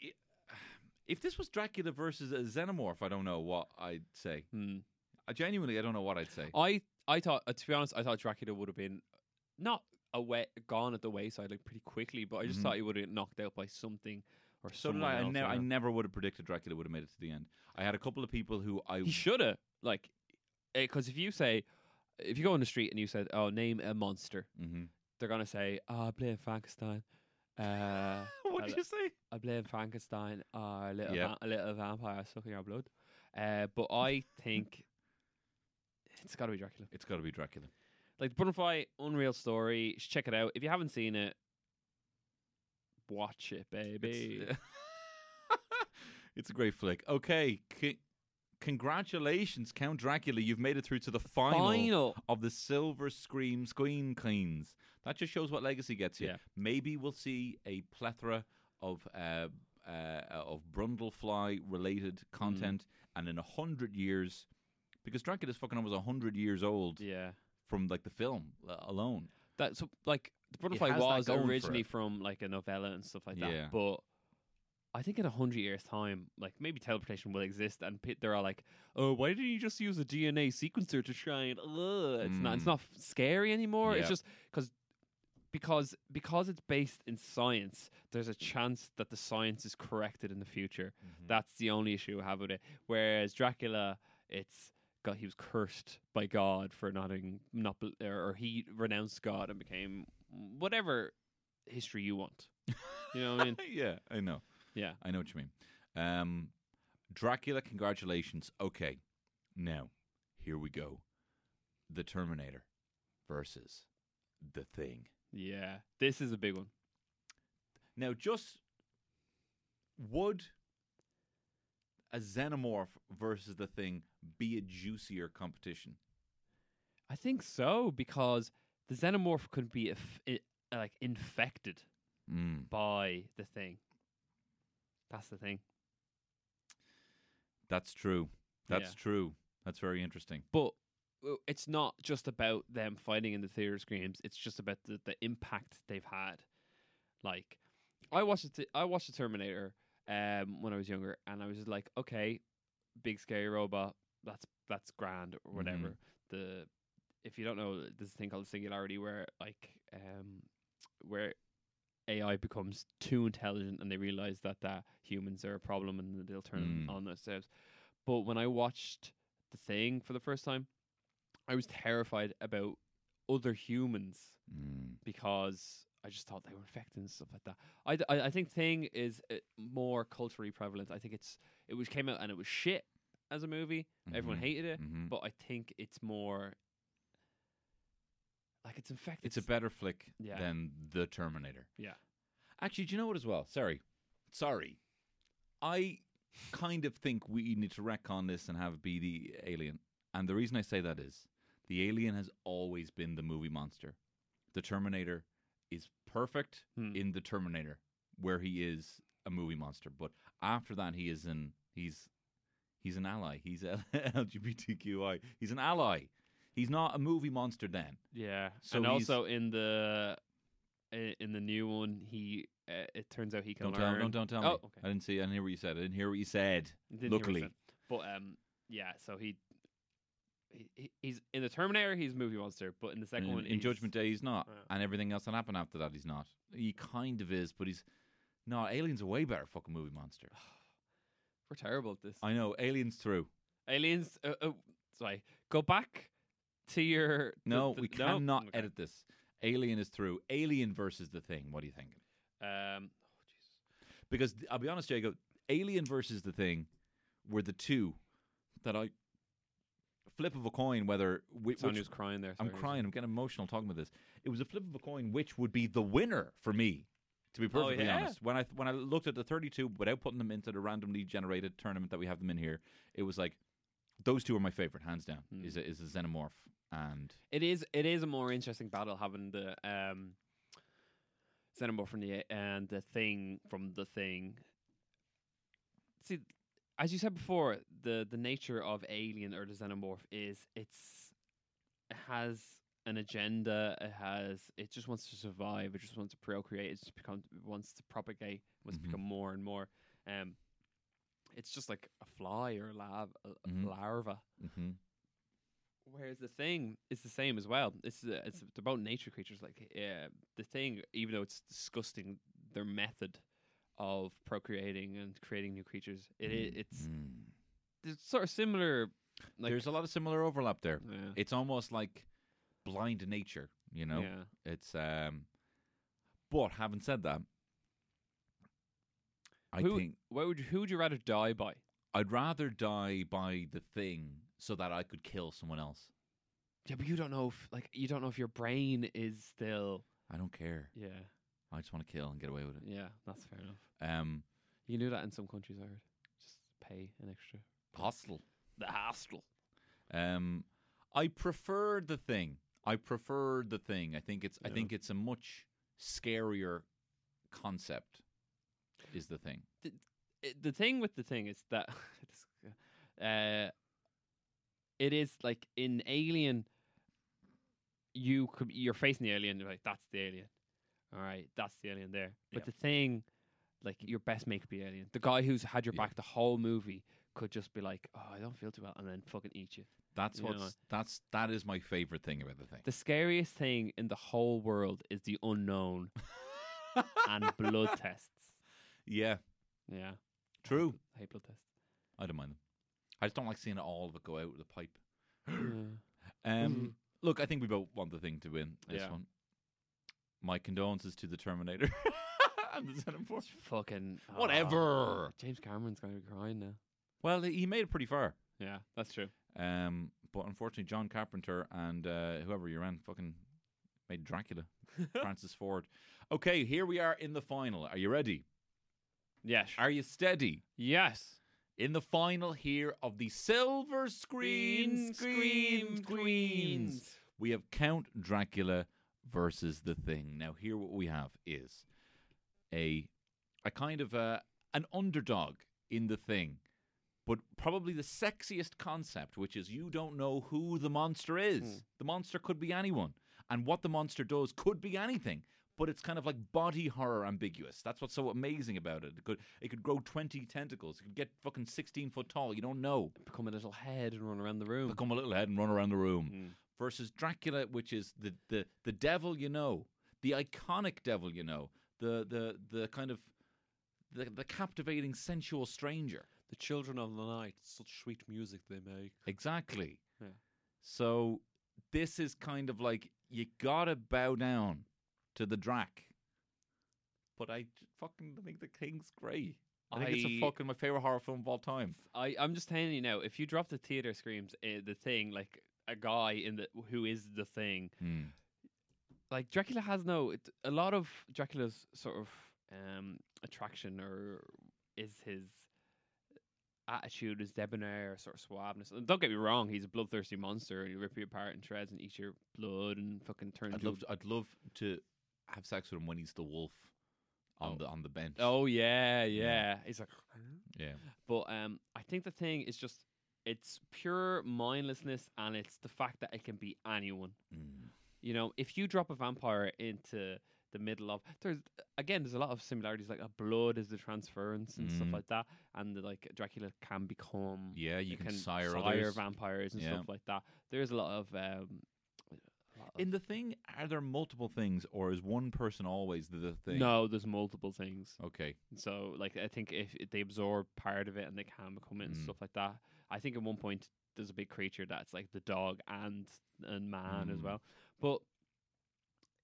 Speaker 2: i- if this was Dracula versus a xenomorph, I don't know what I'd say.
Speaker 3: Hmm.
Speaker 2: I genuinely, I don't know what I'd say.
Speaker 3: I I thought uh, to be honest, I thought Dracula would have been not away gone at the wayside like pretty quickly, but I just
Speaker 2: Mhm.
Speaker 3: thought he would have been knocked out by something or
Speaker 2: so did
Speaker 3: someone
Speaker 2: I. I,
Speaker 3: else,
Speaker 2: ne- I
Speaker 3: know.
Speaker 2: never would have predicted Dracula would have made it to the end. I had a couple of people who I,
Speaker 3: He should have like because if you say if you go on the street and you said oh name a monster,
Speaker 2: Mhm.
Speaker 3: they're gonna say oh I play in Frankenstein. Uh,
Speaker 2: what
Speaker 3: I li-
Speaker 2: did you say?
Speaker 3: I blame Frankenstein or a little,
Speaker 2: Yeah.
Speaker 3: va- a little vampire sucking our blood. Uh, but I think it's got to be Dracula.
Speaker 2: It's got to be Dracula.
Speaker 3: Like the Butterfly, unreal story. You should Check it out. If you haven't seen it, watch it, baby.
Speaker 2: It's, uh, it's a great flick. Okay, c- congratulations, Count Dracula. You've made it through to the final,
Speaker 3: Final.
Speaker 2: of the Silver Scream Screen Cleans. That just shows what legacy gets you.
Speaker 3: Yeah.
Speaker 2: Maybe we'll see a plethora of. Uh, uh, of Brundlefly related
Speaker 3: Mm.
Speaker 2: content, and in a hundred years, because Dracula's fucking almost a hundred years old
Speaker 3: Yeah,
Speaker 2: from like the film uh, alone.
Speaker 3: that's like the
Speaker 2: has
Speaker 3: Butterfly
Speaker 2: that
Speaker 3: was
Speaker 2: going for
Speaker 3: originally
Speaker 2: it.
Speaker 3: from like a novella and stuff like that.
Speaker 2: Yeah.
Speaker 3: But I think in a hundred years' time, like maybe teleportation will exist, and pe- they're all like, "Oh, why didn't you just use a DNA sequencer to try and?" Ugh, it's not. It's
Speaker 2: Mm.
Speaker 3: not f- scary anymore.
Speaker 2: Yeah.
Speaker 3: It's just because. Because because it's based in science, there's a chance that the science is corrected in the future. That's the only issue I have with it. Whereas Dracula, it's God, he was cursed by God for not having- not bel- or or he renounced God and became whatever history you want. You know what I mean?
Speaker 2: yeah, I know.
Speaker 3: Yeah.
Speaker 2: I know what you mean. Um, Dracula, congratulations. Okay, now here we go. The Terminator versus the Thing.
Speaker 3: Yeah. This is a big one.
Speaker 2: Now, just would a xenomorph versus the Thing be a juicier competition?
Speaker 3: I think so because the xenomorph could be if, i like infected
Speaker 2: Mm.
Speaker 3: by the thing. That's the thing.
Speaker 2: That's true. That's
Speaker 3: Yeah.
Speaker 2: true. That's very interesting.
Speaker 3: But uh, it's not just about them fighting in the theater screams. It's just about the, the impact they've had. Like, I watched the t- I watched the Terminator um, when I was younger, and I was just like, okay, big scary robot. That's that's grand or whatever. The if you don't know, there's a thing called singularity where like um, where AI becomes too intelligent and they realize that that humans are a problem and they'll turn
Speaker 2: Mm.
Speaker 3: on themselves. But when I watched the thing for the first time, I was terrified about other humans
Speaker 2: Mm.
Speaker 3: because I just thought they were infected and stuff like that. I, d- I- I think Thing is uh, more culturally prevalent. I think it's it was came out and it was shit as a movie. Everyone
Speaker 2: Mhm.
Speaker 3: hated it,
Speaker 2: Mhm.
Speaker 3: but I think it's more like it's infected.
Speaker 2: It's a better flick
Speaker 3: Yeah.
Speaker 2: than The Terminator.
Speaker 3: yeah.
Speaker 2: Actually, do you know what as well? Sorry. Sorry. I kind of think we need to wreck on this and have it be the alien. And the reason I say that is the alien has always been the movie monster. The Terminator is perfect
Speaker 3: Hmm.
Speaker 2: in the Terminator, where he is a movie monster. But after that he is an he's he's an ally. He's L- LGBTQI. He's an ally. He's not a movie monster then.
Speaker 3: Yeah.
Speaker 2: So
Speaker 3: and
Speaker 2: he's-
Speaker 3: also in the i- in the new one, he uh, it turns out he can
Speaker 2: Don't tell,
Speaker 3: learn.
Speaker 2: don't, don't tell
Speaker 3: oh,
Speaker 2: me.
Speaker 3: Okay.
Speaker 2: I didn't see I didn't hear what you said. I didn't hear what you said.
Speaker 3: Didn't hear what he
Speaker 2: Luckily.
Speaker 3: said. but um, yeah. So he, he- he he's in the Terminator. He's a movie monster, but in the second
Speaker 2: And
Speaker 3: one,
Speaker 2: in, in
Speaker 3: he's-
Speaker 2: Judgment Day, he's not,
Speaker 3: Yeah.
Speaker 2: and everything else that happened after that, he's not. He kind of is, but he's no. Aliens a way better fucking movie monster.
Speaker 3: we're terrible at this.
Speaker 2: I know. Aliens through.
Speaker 3: Aliens, uh, uh, sorry, go back to your the-
Speaker 2: No,
Speaker 3: the-
Speaker 2: we cannot
Speaker 3: Okay.
Speaker 2: edit this. Alien is through. Alien versus the thing. What do you think?
Speaker 3: Um, oh, Jesus.
Speaker 2: Because th- I'll be honest, Jacob. Alien versus the thing were the two that I flip of a coin whether whi- which,
Speaker 3: Sonya's crying there.
Speaker 2: I'm
Speaker 3: sorry.
Speaker 2: crying. I'm getting emotional talking about this. It was a flip of a coin which would be the winner for me, to be perfectly
Speaker 3: Oh, yeah?
Speaker 2: honest. When I when I looked at the 32 without putting them into the randomly generated tournament that we have them in here, it was like those two are my favorite, hands down.
Speaker 3: Hmm.
Speaker 2: Is a, is a xenomorph and
Speaker 3: It is. It is a more interesting battle having the um, Xenomorph from the and the thing from the thing. See, as you said before, the the nature of Alien or the Xenomorph is it's it has an agenda. It has it just wants to survive. It just wants to procreate. It just become, wants to propagate. Wants
Speaker 2: Mhm.
Speaker 3: to become more and more. Um, it's just like a fly or a lab, a, a
Speaker 2: Mhm.
Speaker 3: larva.
Speaker 2: mhm.
Speaker 3: Whereas the thing is the same as well. It's uh, it's about nature creatures. Like yeah, the thing, even though it's disgusting, their method of procreating and creating new creatures. It i- it's
Speaker 2: Mm.
Speaker 3: it's sort of similar. Like
Speaker 2: there's a lot of similar overlap there.
Speaker 3: yeah,
Speaker 2: It's almost like blind nature, you know.
Speaker 3: yeah.
Speaker 2: It's um, but having said that, I
Speaker 3: who,
Speaker 2: think
Speaker 3: What would you, who would you rather die by?
Speaker 2: I'd rather die by the thing so that I could kill someone else.
Speaker 3: Yeah, but you don't know if like you don't know if your brain is still.
Speaker 2: I don't care.
Speaker 3: Yeah,
Speaker 2: I just want to kill and get away with it.
Speaker 3: yeah, that's fair enough.
Speaker 2: Um,
Speaker 3: You can do that in some countries. I heard. Just pay an extra.
Speaker 2: hostile.
Speaker 3: The hostel.
Speaker 2: Um, I prefer the thing. I prefer the thing. I think it's. I
Speaker 3: Yeah.
Speaker 2: think it's a much scarier concept. Is the thing.
Speaker 3: it, the thing with the thing is that uh, it is like in Alien, you could you're facing the alien. You're like, that's the alien. All right, that's the alien there. But
Speaker 2: Yeah.
Speaker 3: the thing, like your best mate could be alien. The guy who's had your
Speaker 2: Yeah.
Speaker 3: back the whole movie could just be like, oh, I don't feel too well, and then fucking eat you.
Speaker 2: That's
Speaker 3: You know,
Speaker 2: what's. That's that is my favorite thing about the thing.
Speaker 3: The scariest thing in the whole world is the unknown and blood tests.
Speaker 2: yeah,
Speaker 3: Yeah,
Speaker 2: true.
Speaker 3: I hate blood tests.
Speaker 2: I don't mind them. I just don't like seeing it all of it go out with the pipe.
Speaker 3: Yeah.
Speaker 2: Um, look, I think we both want the thing to win this
Speaker 3: Yeah.
Speaker 2: one. My condolences to the Terminator and the Xenomorph.
Speaker 3: Fucking oh,
Speaker 2: Whatever.
Speaker 3: James Cameron's gonna be crying now.
Speaker 2: Well, he made it pretty far.
Speaker 3: Yeah, that's true.
Speaker 2: Um, but unfortunately, John Carpenter and uh, whoever you ran fucking made Dracula, Francis Ford. Okay, here we are in the final. Are you ready?
Speaker 3: Yes.
Speaker 2: Are you steady?
Speaker 3: yes.
Speaker 2: In the final here of the Silver Screen Scream Queens. we have Count Dracula versus the Thing. Now, here what we have is a a kind of a, an underdog in the Thing But probably the sexiest concept, which is you don't know who the monster is. The monster could be anyone. And what the monster does could be anything. But it's kind of like body horror ambiguous. That's what's so amazing about it. It could it could grow twenty tentacles. It could get fucking sixteen foot tall. You don't know
Speaker 3: Become a little head and run around the room. Hmm.
Speaker 2: become a little head and run around the room versus Dracula, which is the, the, the devil you know, the iconic devil you know, the the, the kind of the, the captivating sensual stranger.
Speaker 3: the children of the night, such sweet music they make.
Speaker 2: Exactly.
Speaker 3: Yeah.
Speaker 2: So this is kind of like you gotta bow down to the Drac. But I j- fucking think the King's great. I think it's a
Speaker 3: I-
Speaker 2: fucking my favorite horror film of all time.
Speaker 3: I, I'm just telling you now, if you drop the theater screams, uh, the thing, like a guy in the who is the thing,
Speaker 2: Hmm.
Speaker 3: like Dracula has no. It, a lot of Dracula's sort of um, attraction or is his uh, attitude, his debonair sort of suaveness. And don't get me wrong, he's a bloodthirsty monster, and he rip you apart in shreds and eat your blood and fucking turn.
Speaker 2: I'd
Speaker 3: you.
Speaker 2: love to, I'd love to have sex with him when he's the wolf on the on the bench.
Speaker 3: oh yeah, yeah. He's like,
Speaker 2: yeah.
Speaker 3: But um, I think the thing is just it's pure mindlessness, and it's the fact that it can be anyone.
Speaker 2: Mm.
Speaker 3: You know, if you drop a vampire into the middle of there's again, there's a lot of similarities. Like uh, blood is the transference and stuff
Speaker 2: Mm.
Speaker 3: like that, and the, like Dracula can become
Speaker 2: Yeah, you
Speaker 3: it
Speaker 2: can, sire, others.
Speaker 3: vampires and
Speaker 2: Yeah.
Speaker 3: stuff like that. There's a lot of um, a lot of-
Speaker 2: In the thing, are there multiple things, or is one person always the, the thing?
Speaker 3: no, there's multiple things.
Speaker 2: Okay.
Speaker 3: So, like, I think if they absorb part of it and they can become it and
Speaker 2: Mm.
Speaker 3: stuff like that. I think at one point there's a big creature that's like the dog and and man as
Speaker 2: Mm.
Speaker 3: well. But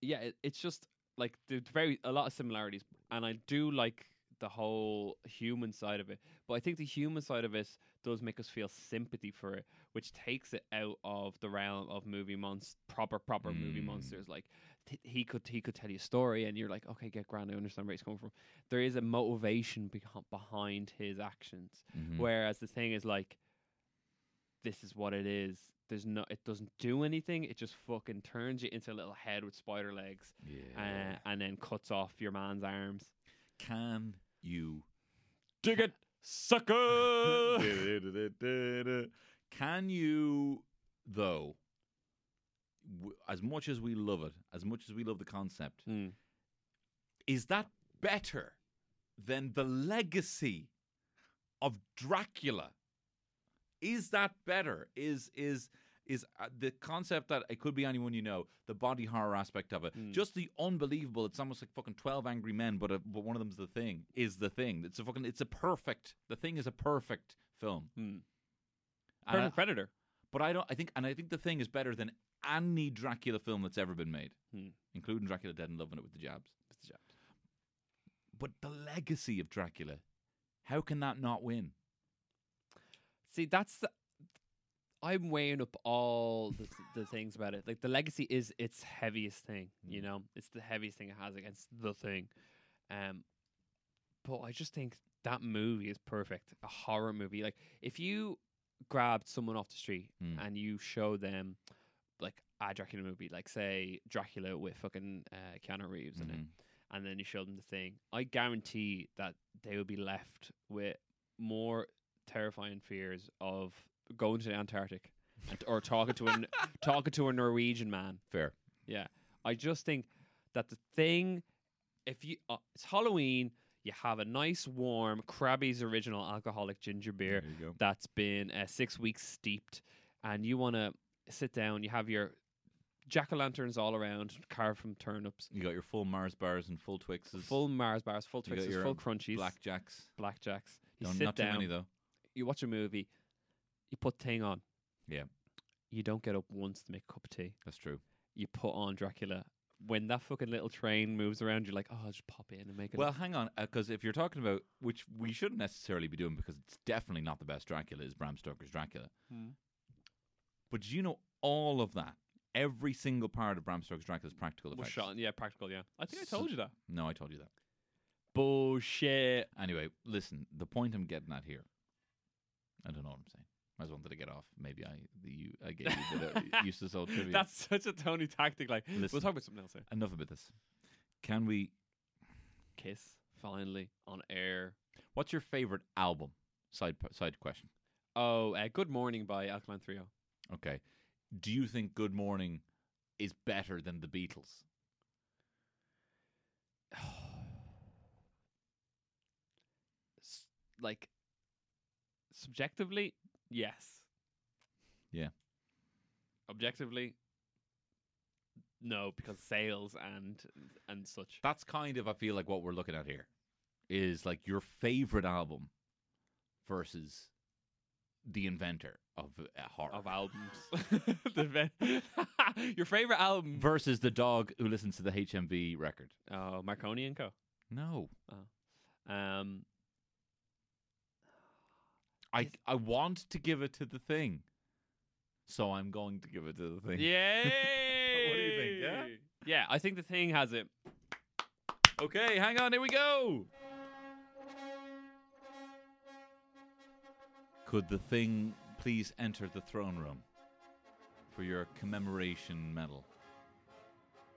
Speaker 3: yeah, it, it's just like there's very a lot of similarities, and I do like the whole human side of it. But I think the human side of it does make us feel sympathy for it, which takes it out of the realm of movie monsters, proper proper movie
Speaker 2: Mm.
Speaker 3: monsters. Like th- he could he could tell you a story, and you're like, okay, get grand, I understand where he's coming from. There is a motivation behi- behind his actions,
Speaker 2: Mm. Mm-hmm.
Speaker 3: whereas the thing is like, this is what it is. There's no, it doesn't do anything. It just fucking turns you into a little head with spider legs,
Speaker 2: Yeah.
Speaker 3: uh, and then cuts off your man's arms.
Speaker 2: Can you?
Speaker 3: Dig it, sucker.
Speaker 2: Can you, though? W- as much as we love it, as much as we love the concept,
Speaker 3: Mm.
Speaker 2: is that better than the legacy of Dracula? Is that better? Is is is uh, the concept that it could be anyone you know, the body horror aspect of it, just the unbelievable? It's almost like fucking twelve angry men, but, uh but one of them's the thing. Is the thing? It's a fucking. It's a perfect. The thing is a perfect film.
Speaker 3: Mm.
Speaker 2: And I-
Speaker 3: Perfect Predator.
Speaker 2: but I don't. I think, and I think the thing is better than any Dracula film that's ever been made,
Speaker 3: Hmm.
Speaker 2: including Dracula Dead and Loving It with the Jabs. With the Jabs. But the legacy of Dracula, how can that not win?
Speaker 3: See, that's the, I'm weighing up all the, th- the things about it. Like the legacy is its heaviest thing, you know, it's the heaviest thing it has against the thing. Um, but I just think that movie is perfect. A horror movie, like if you grabbed someone off the street
Speaker 2: Mm.
Speaker 3: and you show them like a Dracula movie, like say Dracula with fucking uh, Keanu Reeves in it,
Speaker 2: Mhm.
Speaker 3: and then you show them the thing, I guarantee that they will be left with more terrifying fears of going to the Antarctic and, or talking to a N- talking to a Norwegian man.
Speaker 2: Fair.
Speaker 3: Yeah, I just think that the thing, if you uh, it's Halloween, you have a nice warm Krabby's original alcoholic ginger beer
Speaker 2: There you go.
Speaker 3: that's been uh, six weeks steeped, and you want to sit down. You have your jack o' lanterns all around, carved from turnips.
Speaker 2: You got your full Mars bars and full Twixes,
Speaker 3: Full Mars bars, full
Speaker 2: You got
Speaker 3: Twixes,
Speaker 2: your
Speaker 3: full
Speaker 2: um,
Speaker 3: crunchies,
Speaker 2: blackjacks.
Speaker 3: um, blackjacks. You
Speaker 2: Don't,
Speaker 3: sit
Speaker 2: not
Speaker 3: down,
Speaker 2: too many though.
Speaker 3: you watch a movie, you put thing on.
Speaker 2: Yeah.
Speaker 3: You don't get up once to make a cup of tea.
Speaker 2: That's true.
Speaker 3: You put on Dracula. When that fucking little train moves around, you're like, oh, I'll just pop in and make it.
Speaker 2: Well, hang on, because if you're talking about which we shouldn't necessarily be doing, because it's definitely not the best Dracula is Bram Stoker's Dracula. But did you know all of that? Every single part of Bram Stoker's Dracula is practical
Speaker 3: was
Speaker 2: effects.
Speaker 3: shot. Yeah, practical. Yeah, I think I
Speaker 2: So-
Speaker 3: told you that.
Speaker 2: No, I told you that.
Speaker 3: Bullshit.
Speaker 2: Anyway, listen, the point I'm getting at here, I don't know what I'm saying. I just wanted to get off. Maybe I the, you, I gave you the uh, useless old trivia.
Speaker 3: That's such a Tony tactic. Like,
Speaker 2: Listen.
Speaker 3: we'll talk about something else. Here.
Speaker 2: Enough about this. Can we?
Speaker 3: Kiss finally on air.
Speaker 2: What's your favorite album? Side p- side question.
Speaker 3: Oh, uh, Good Morning by Alkaline Trio.
Speaker 2: Okay. Do you think Good Morning is better than the Beatles?
Speaker 3: S- like, subjectively, yes.
Speaker 2: Yeah.
Speaker 3: Objectively, no, because sales and and such.
Speaker 2: That's kind of I feel like what we're looking at here is like your favorite album versus the inventor of uh, horror
Speaker 3: of albums. The ve- Your favorite album?
Speaker 2: versus the dog who listens to the HMV record.
Speaker 3: Oh, Marconi and Co.
Speaker 2: No.
Speaker 3: Um,
Speaker 2: I I want to give it to the thing. So I'm going to give it to the thing.
Speaker 3: yeah.
Speaker 2: What do you think, yeah?
Speaker 3: Yeah, I think the thing has it.
Speaker 2: Okay, hang on, here we go. Could the thing please enter the throne room for your commemoration medal?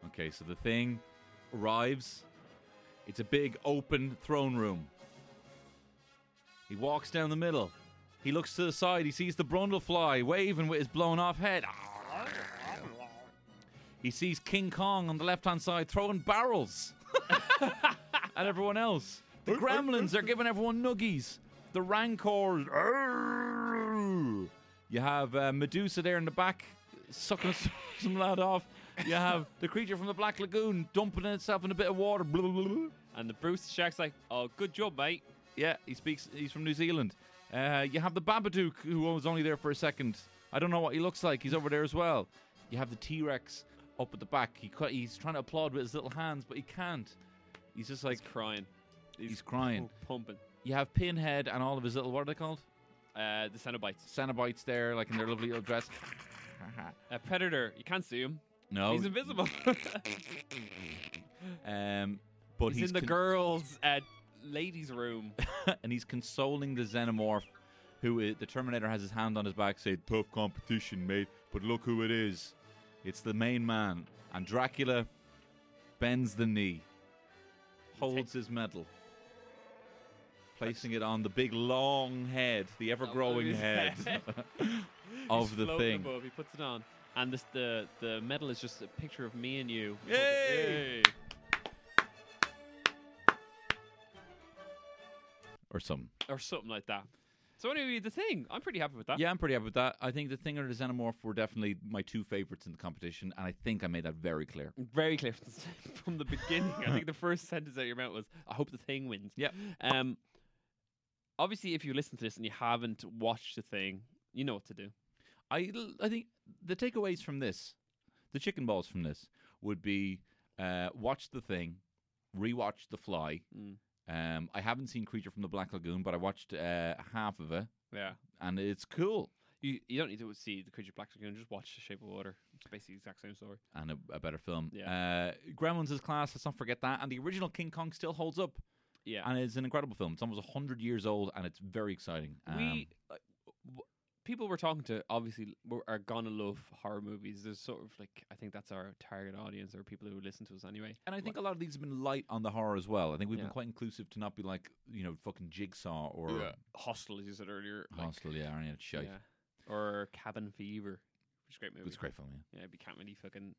Speaker 2: Okay, so the thing arrives. It's a big open throne room. He walks down the middle. He looks to the side. He sees the Brundlefly waving with his blown off head. He sees King Kong on the left hand side throwing barrels at everyone else. The gremlins are giving everyone nuggies. The rancors. "Arrgh." You have uh, Medusa there in the back sucking some lad off. You have the creature from the Black Lagoon dumping itself in a bit of water. Blah, blah, blah, blah.
Speaker 3: And the Bruce Shark's like, oh, good job, mate.
Speaker 2: Yeah, he speaks. He's from New Zealand. Uh, you have the Babadook, who was only there for a second. I don't know what he looks like. He's over there as well. You have the T Rex up at the back. He cu- he's trying to applaud with his little hands, but he can't. He's just like
Speaker 3: He's crying.
Speaker 2: He's crying.
Speaker 3: Pumping.
Speaker 2: you have Pinhead and all of his little what are they called?
Speaker 3: Uh, the Cenobites.
Speaker 2: Cenobites there, like in their lovely little dress.
Speaker 3: A predator. You can't see him.
Speaker 2: no,
Speaker 3: He's invisible.
Speaker 2: um, but
Speaker 3: he's,
Speaker 2: he's,
Speaker 3: in the
Speaker 2: con-
Speaker 3: girls' uh, ladies' room.
Speaker 2: and he's consoling the xenomorph who i- the terminator has his hand on his back saying tough competition mate but look who it is it's the main man and dracula bends the knee holds his medal placing it on the big long head the ever-growing
Speaker 3: his
Speaker 2: head
Speaker 3: head.
Speaker 2: of
Speaker 3: He's
Speaker 2: the
Speaker 3: floating
Speaker 2: thing
Speaker 3: Above. He puts it on. And this, the the medal is just a picture of me and you. Yay!
Speaker 2: Yay! or some
Speaker 3: Or something like that. So anyway, the thing. I'm pretty happy with that.
Speaker 2: yeah i'm pretty happy with that i think the thing or the xenomorph were definitely my two favorites in the competition and i think i made that very clear
Speaker 3: Very clear from the- from the beginning. I think the first sentence out of your mouth was, "I hope the thing wins."
Speaker 2: Yep.
Speaker 3: Um. Obviously, if you listen to this and you haven't watched the thing, you know what to do.
Speaker 2: I l- I think the takeaways from this, the chicken balls from this, would be uh, watch the thing, rewatch the fly.
Speaker 3: Mm.
Speaker 2: Um, I haven't seen Creature from the Black Lagoon, but I watched uh, half of it,
Speaker 3: Yeah.
Speaker 2: and it's cool
Speaker 3: You you don't need to see the creature of black lagoon. Just watch The Shape of Water. It's basically the exact same story.
Speaker 2: and a, a better film.
Speaker 3: Yeah.
Speaker 2: Uh, Gremlins is class. Let's not forget that. And the original King Kong still holds up,
Speaker 3: Yeah.
Speaker 2: and it's an incredible film. It's almost hundred years old, and it's very exciting. Um,
Speaker 3: we uh, w- people we're talking to obviously were, are gonna love horror movies. There's sort of like I think that's our target audience or people who listen to us anyway.
Speaker 2: And I think a lot of these have been light on the horror as well. I think we've been
Speaker 3: Yeah.
Speaker 2: quite inclusive to not be like you know fucking Jigsaw or
Speaker 3: Hostel, as you said earlier, like,
Speaker 2: Hostel, yeah, or any of that shite.
Speaker 3: yeah. or Cabin Fever, which is a great movie.
Speaker 2: It was a great film, yeah.
Speaker 3: Yeah, but you can't really fucking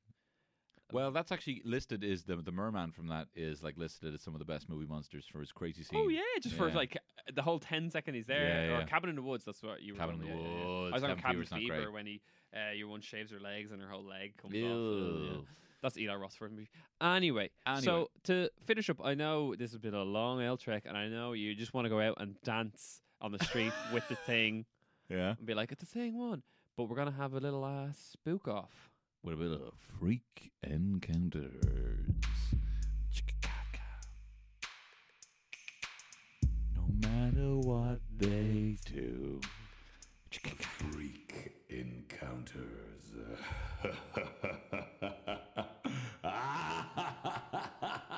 Speaker 2: Well, that's actually listed is the the merman from that is like listed as some of the best movie monsters for his crazy scene.
Speaker 3: Oh yeah, just for
Speaker 2: Yeah.
Speaker 3: like uh, the whole ten second he's there.
Speaker 2: Yeah,
Speaker 3: or
Speaker 2: yeah.
Speaker 3: Cabin in the Woods. That's what you were.
Speaker 2: Cabin in
Speaker 3: going
Speaker 2: the
Speaker 3: with, yeah, yeah.
Speaker 2: Woods,
Speaker 3: I was on
Speaker 2: Cabin
Speaker 3: Cabin
Speaker 2: Fever's not
Speaker 3: Fever
Speaker 2: great.
Speaker 3: when he, uh, your one shaves her legs and her whole leg comes off. Uh, yeah.
Speaker 2: Ew.
Speaker 3: That's Eli Ross for me. Anyway,
Speaker 2: Anyway.
Speaker 3: so to finish up, I know this has been a long L trek, and I know you just want to go out and dance on the street with the thing
Speaker 2: yeah.
Speaker 3: and be like, "It's a thing one." But we're gonna have a little uh, spook off.
Speaker 2: What about a freak encounters? Chick-a-caca. No matter what they do.
Speaker 4: Freak encounters.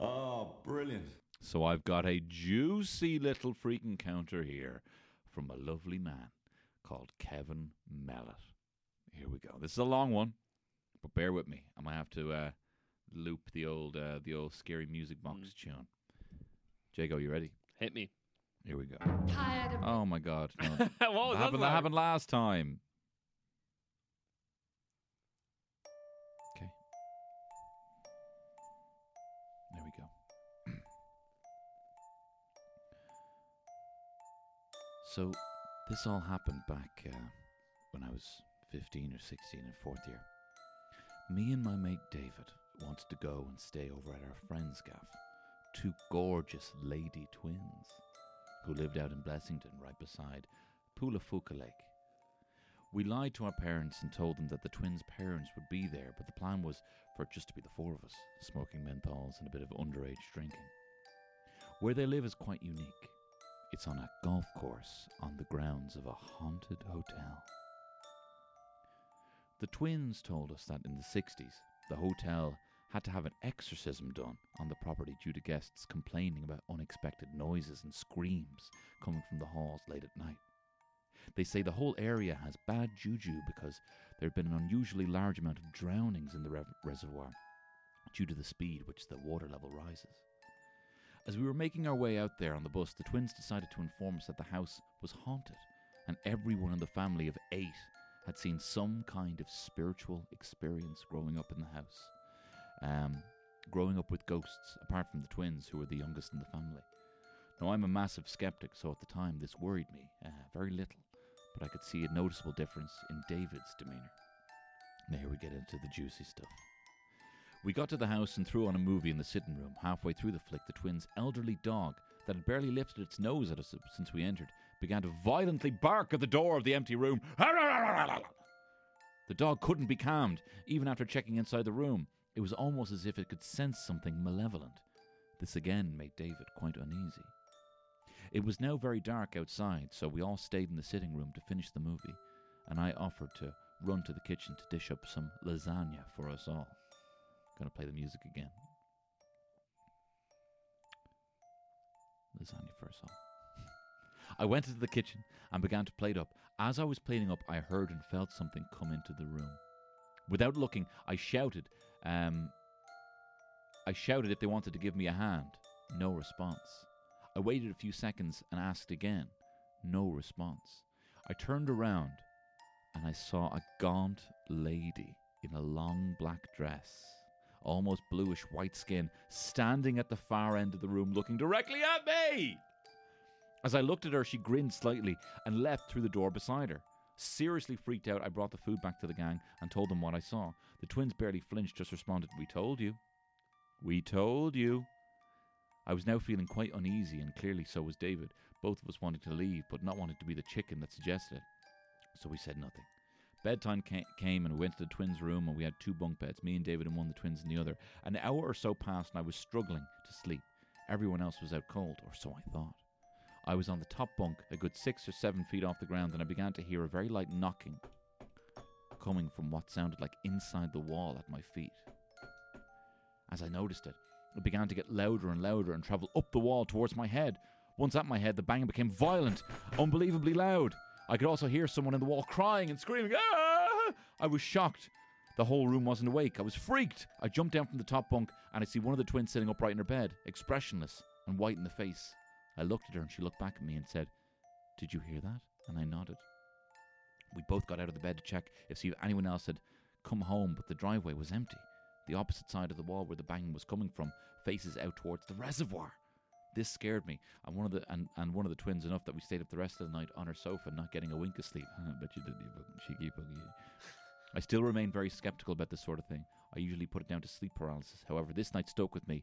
Speaker 4: oh, brilliant.
Speaker 2: So I've got a juicy little freak encounter here from a lovely man called Kevin Mallet. Here we go. This is a long one, but bear with me. I might have to uh, loop the old uh, the old scary music box tune. Jago, you ready?
Speaker 3: Hit me.
Speaker 2: Here we go.
Speaker 5: Tired of
Speaker 2: Oh my God! No. that,
Speaker 3: what was that?
Speaker 2: happened, that
Speaker 3: about?
Speaker 2: happened last time. Okay. There we go. so, this all happened back uh, when I was 15 or 16 in fourth year. Me and my mate David wanted to go and stay over at our friend's gaff. Two gorgeous lady twins who lived out in Blessington right beside Pulafuka Lake. We lied to our parents and told them that the twins' parents would be there, but the plan was for it just to be the four of us, smoking menthols and a bit of underage drinking. Where they live is quite unique. It's on a golf course on the grounds of a haunted hotel. The twins told us that in the 60s, the hotel had to have an exorcism done on the property due to guests complaining about unexpected noises and screams coming from the halls late at night. They say the whole area has bad juju because there have been an unusually large amount of drownings in the rev- reservoir due to the speed which the water level rises. As we were making our way out there on the bus, the twins decided to inform us that the house was haunted, and everyone in the family of eight had seen some kind of spiritual experience growing up in the house. Um, growing up with ghosts, apart from the twins, who were the youngest in the family. Now, I'm a massive skeptic, so at the time this worried me uh, very little, but I could see a noticeable difference in David's demeanor. Now, here we get into the juicy stuff. We got to the house and threw on a movie in the sitting room. Halfway through the flick, the twins' elderly dog, that had barely lifted its nose at us since we entered, began to violently bark at the door of the empty room. The dog couldn't be calmed, even after checking inside the room. It was almost as if it could sense something malevolent. This again made David quite uneasy. It was now very dark outside, so we all stayed in the sitting room to finish the movie, and I offered to run to the kitchen to dish up some lasagna for us all. Gonna play the music again. Lasagna for us all. I went into the kitchen and began to plate up. As I was plating up, I heard and felt something come into the room. Without looking, I shouted. Um, I shouted if they wanted to give me a hand. No response. I waited a few seconds and asked again. No response. I turned around and I saw a gaunt lady in a long black dress, almost bluish white skin, standing at the far end of the room looking directly at me. As I looked at her, she grinned slightly and leapt through the door beside her. Seriously freaked out, I brought the food back to the gang and told them what I saw. The twins barely flinched, just responded, We told you. We told you. I was now feeling quite uneasy, and clearly so was David, both of us wanting to leave, but not wanting to be the chicken that suggested it. So we said nothing. Bedtime ca- came and we went to the twins' room, and we had two bunk beds, me and David in one, the twins in the other. An hour or so passed, and I was struggling to sleep. Everyone else was out cold, or so I thought. I was on the top bunk, a good six or seven feet off the ground, and I began to hear a very light knocking coming from what sounded like inside the wall at my feet. As I noticed it, it began to get louder and louder and travel up the wall towards my head. Once at my head, the banging became violent, unbelievably loud. I could also hear someone in the wall crying and screaming. Ah! I was shocked. The whole room wasn't awake. I was freaked. I jumped down from the top bunk and I see one of the twins sitting upright in her bed, expressionless and white in the face. I looked at her and she looked back at me and said, Did you hear that? And I nodded. We both got out of the bed to check if see if anyone else had come home, but the driveway was empty. The opposite side of the wall where the banging was coming from faces out towards the reservoir. This scared me, and one of the and, and one of the twins enough that we stayed up the rest of the night on her sofa, not getting a wink of sleep. I bet you didn't, you fucking cheeky buggy. I still remain very skeptical about this sort of thing. I usually put it down to sleep paralysis. However, this night stuck with me,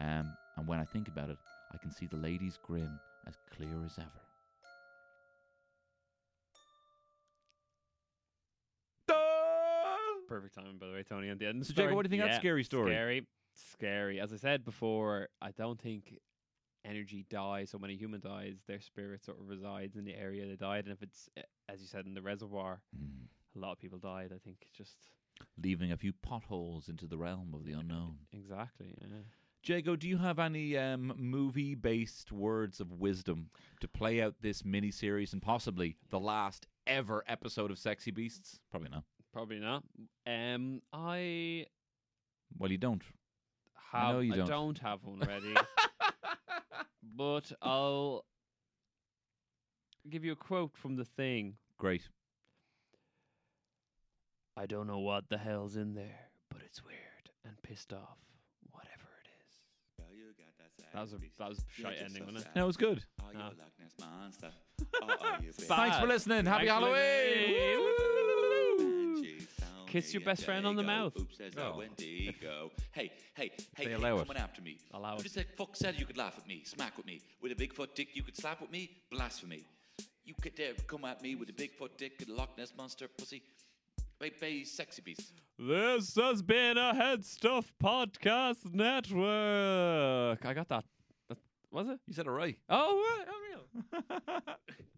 Speaker 2: um, and when I think about it, I can see the lady's grin as clear as ever.
Speaker 3: Perfect timing, by the way, Tony. At the end. of the
Speaker 2: So, Jacob,
Speaker 3: story.
Speaker 2: what do you think of that
Speaker 3: Yeah,
Speaker 2: scary story?
Speaker 3: Scary, scary. As I said before, I don't think energy dies. So when a human dies, their spirit sort of resides in the area they died, and if it's eh, as you said in the reservoir,
Speaker 2: Hmm.
Speaker 3: a lot of people died. I think just
Speaker 2: Leaving a few potholes into the realm of the unknown.
Speaker 3: exactly. Yeah.
Speaker 2: Jago, do you have any um, movie based words of wisdom to play out this mini series and possibly the last ever episode of Sexy Beasts? Probably not.
Speaker 3: Probably not. Um, I
Speaker 2: Well, you don't. I
Speaker 3: have.
Speaker 2: know you don't.
Speaker 3: have one already. but I'll give you a quote from the thing.
Speaker 2: Great.
Speaker 3: I don't know what the hell's in there, but it's weird and pissed off. Whatever it is. That was a that was a shite ending, wasn't it?
Speaker 2: No, it was good.
Speaker 1: Are you
Speaker 3: Ah.
Speaker 1: a Loch Ness monster? Or are you big?
Speaker 2: Thanks for
Speaker 3: Bad.
Speaker 2: listening. Happy
Speaker 3: Thanks for listening.
Speaker 2: Halloween. Woo!
Speaker 3: Kiss your best friend on the mouth. Oh.
Speaker 1: Oops, there's
Speaker 2: No.
Speaker 1: no "Oh, Wendigo. Hey, hey, hey,
Speaker 2: They
Speaker 1: hey,
Speaker 2: allow it.
Speaker 1: coming after me.
Speaker 3: Allow
Speaker 1: Who
Speaker 3: it.
Speaker 1: just like fuck said you could laugh at me, smack with me, with a big foot dick you could slap with me, blasphemy. You could dare come at me with a big foot dick and Loch Ness monster pussy. Bay, bay, sexy beast.
Speaker 3: This has been a Head Stuff Podcast Network. I got that. that was it?
Speaker 2: You said it right.
Speaker 3: Oh, right, unreal.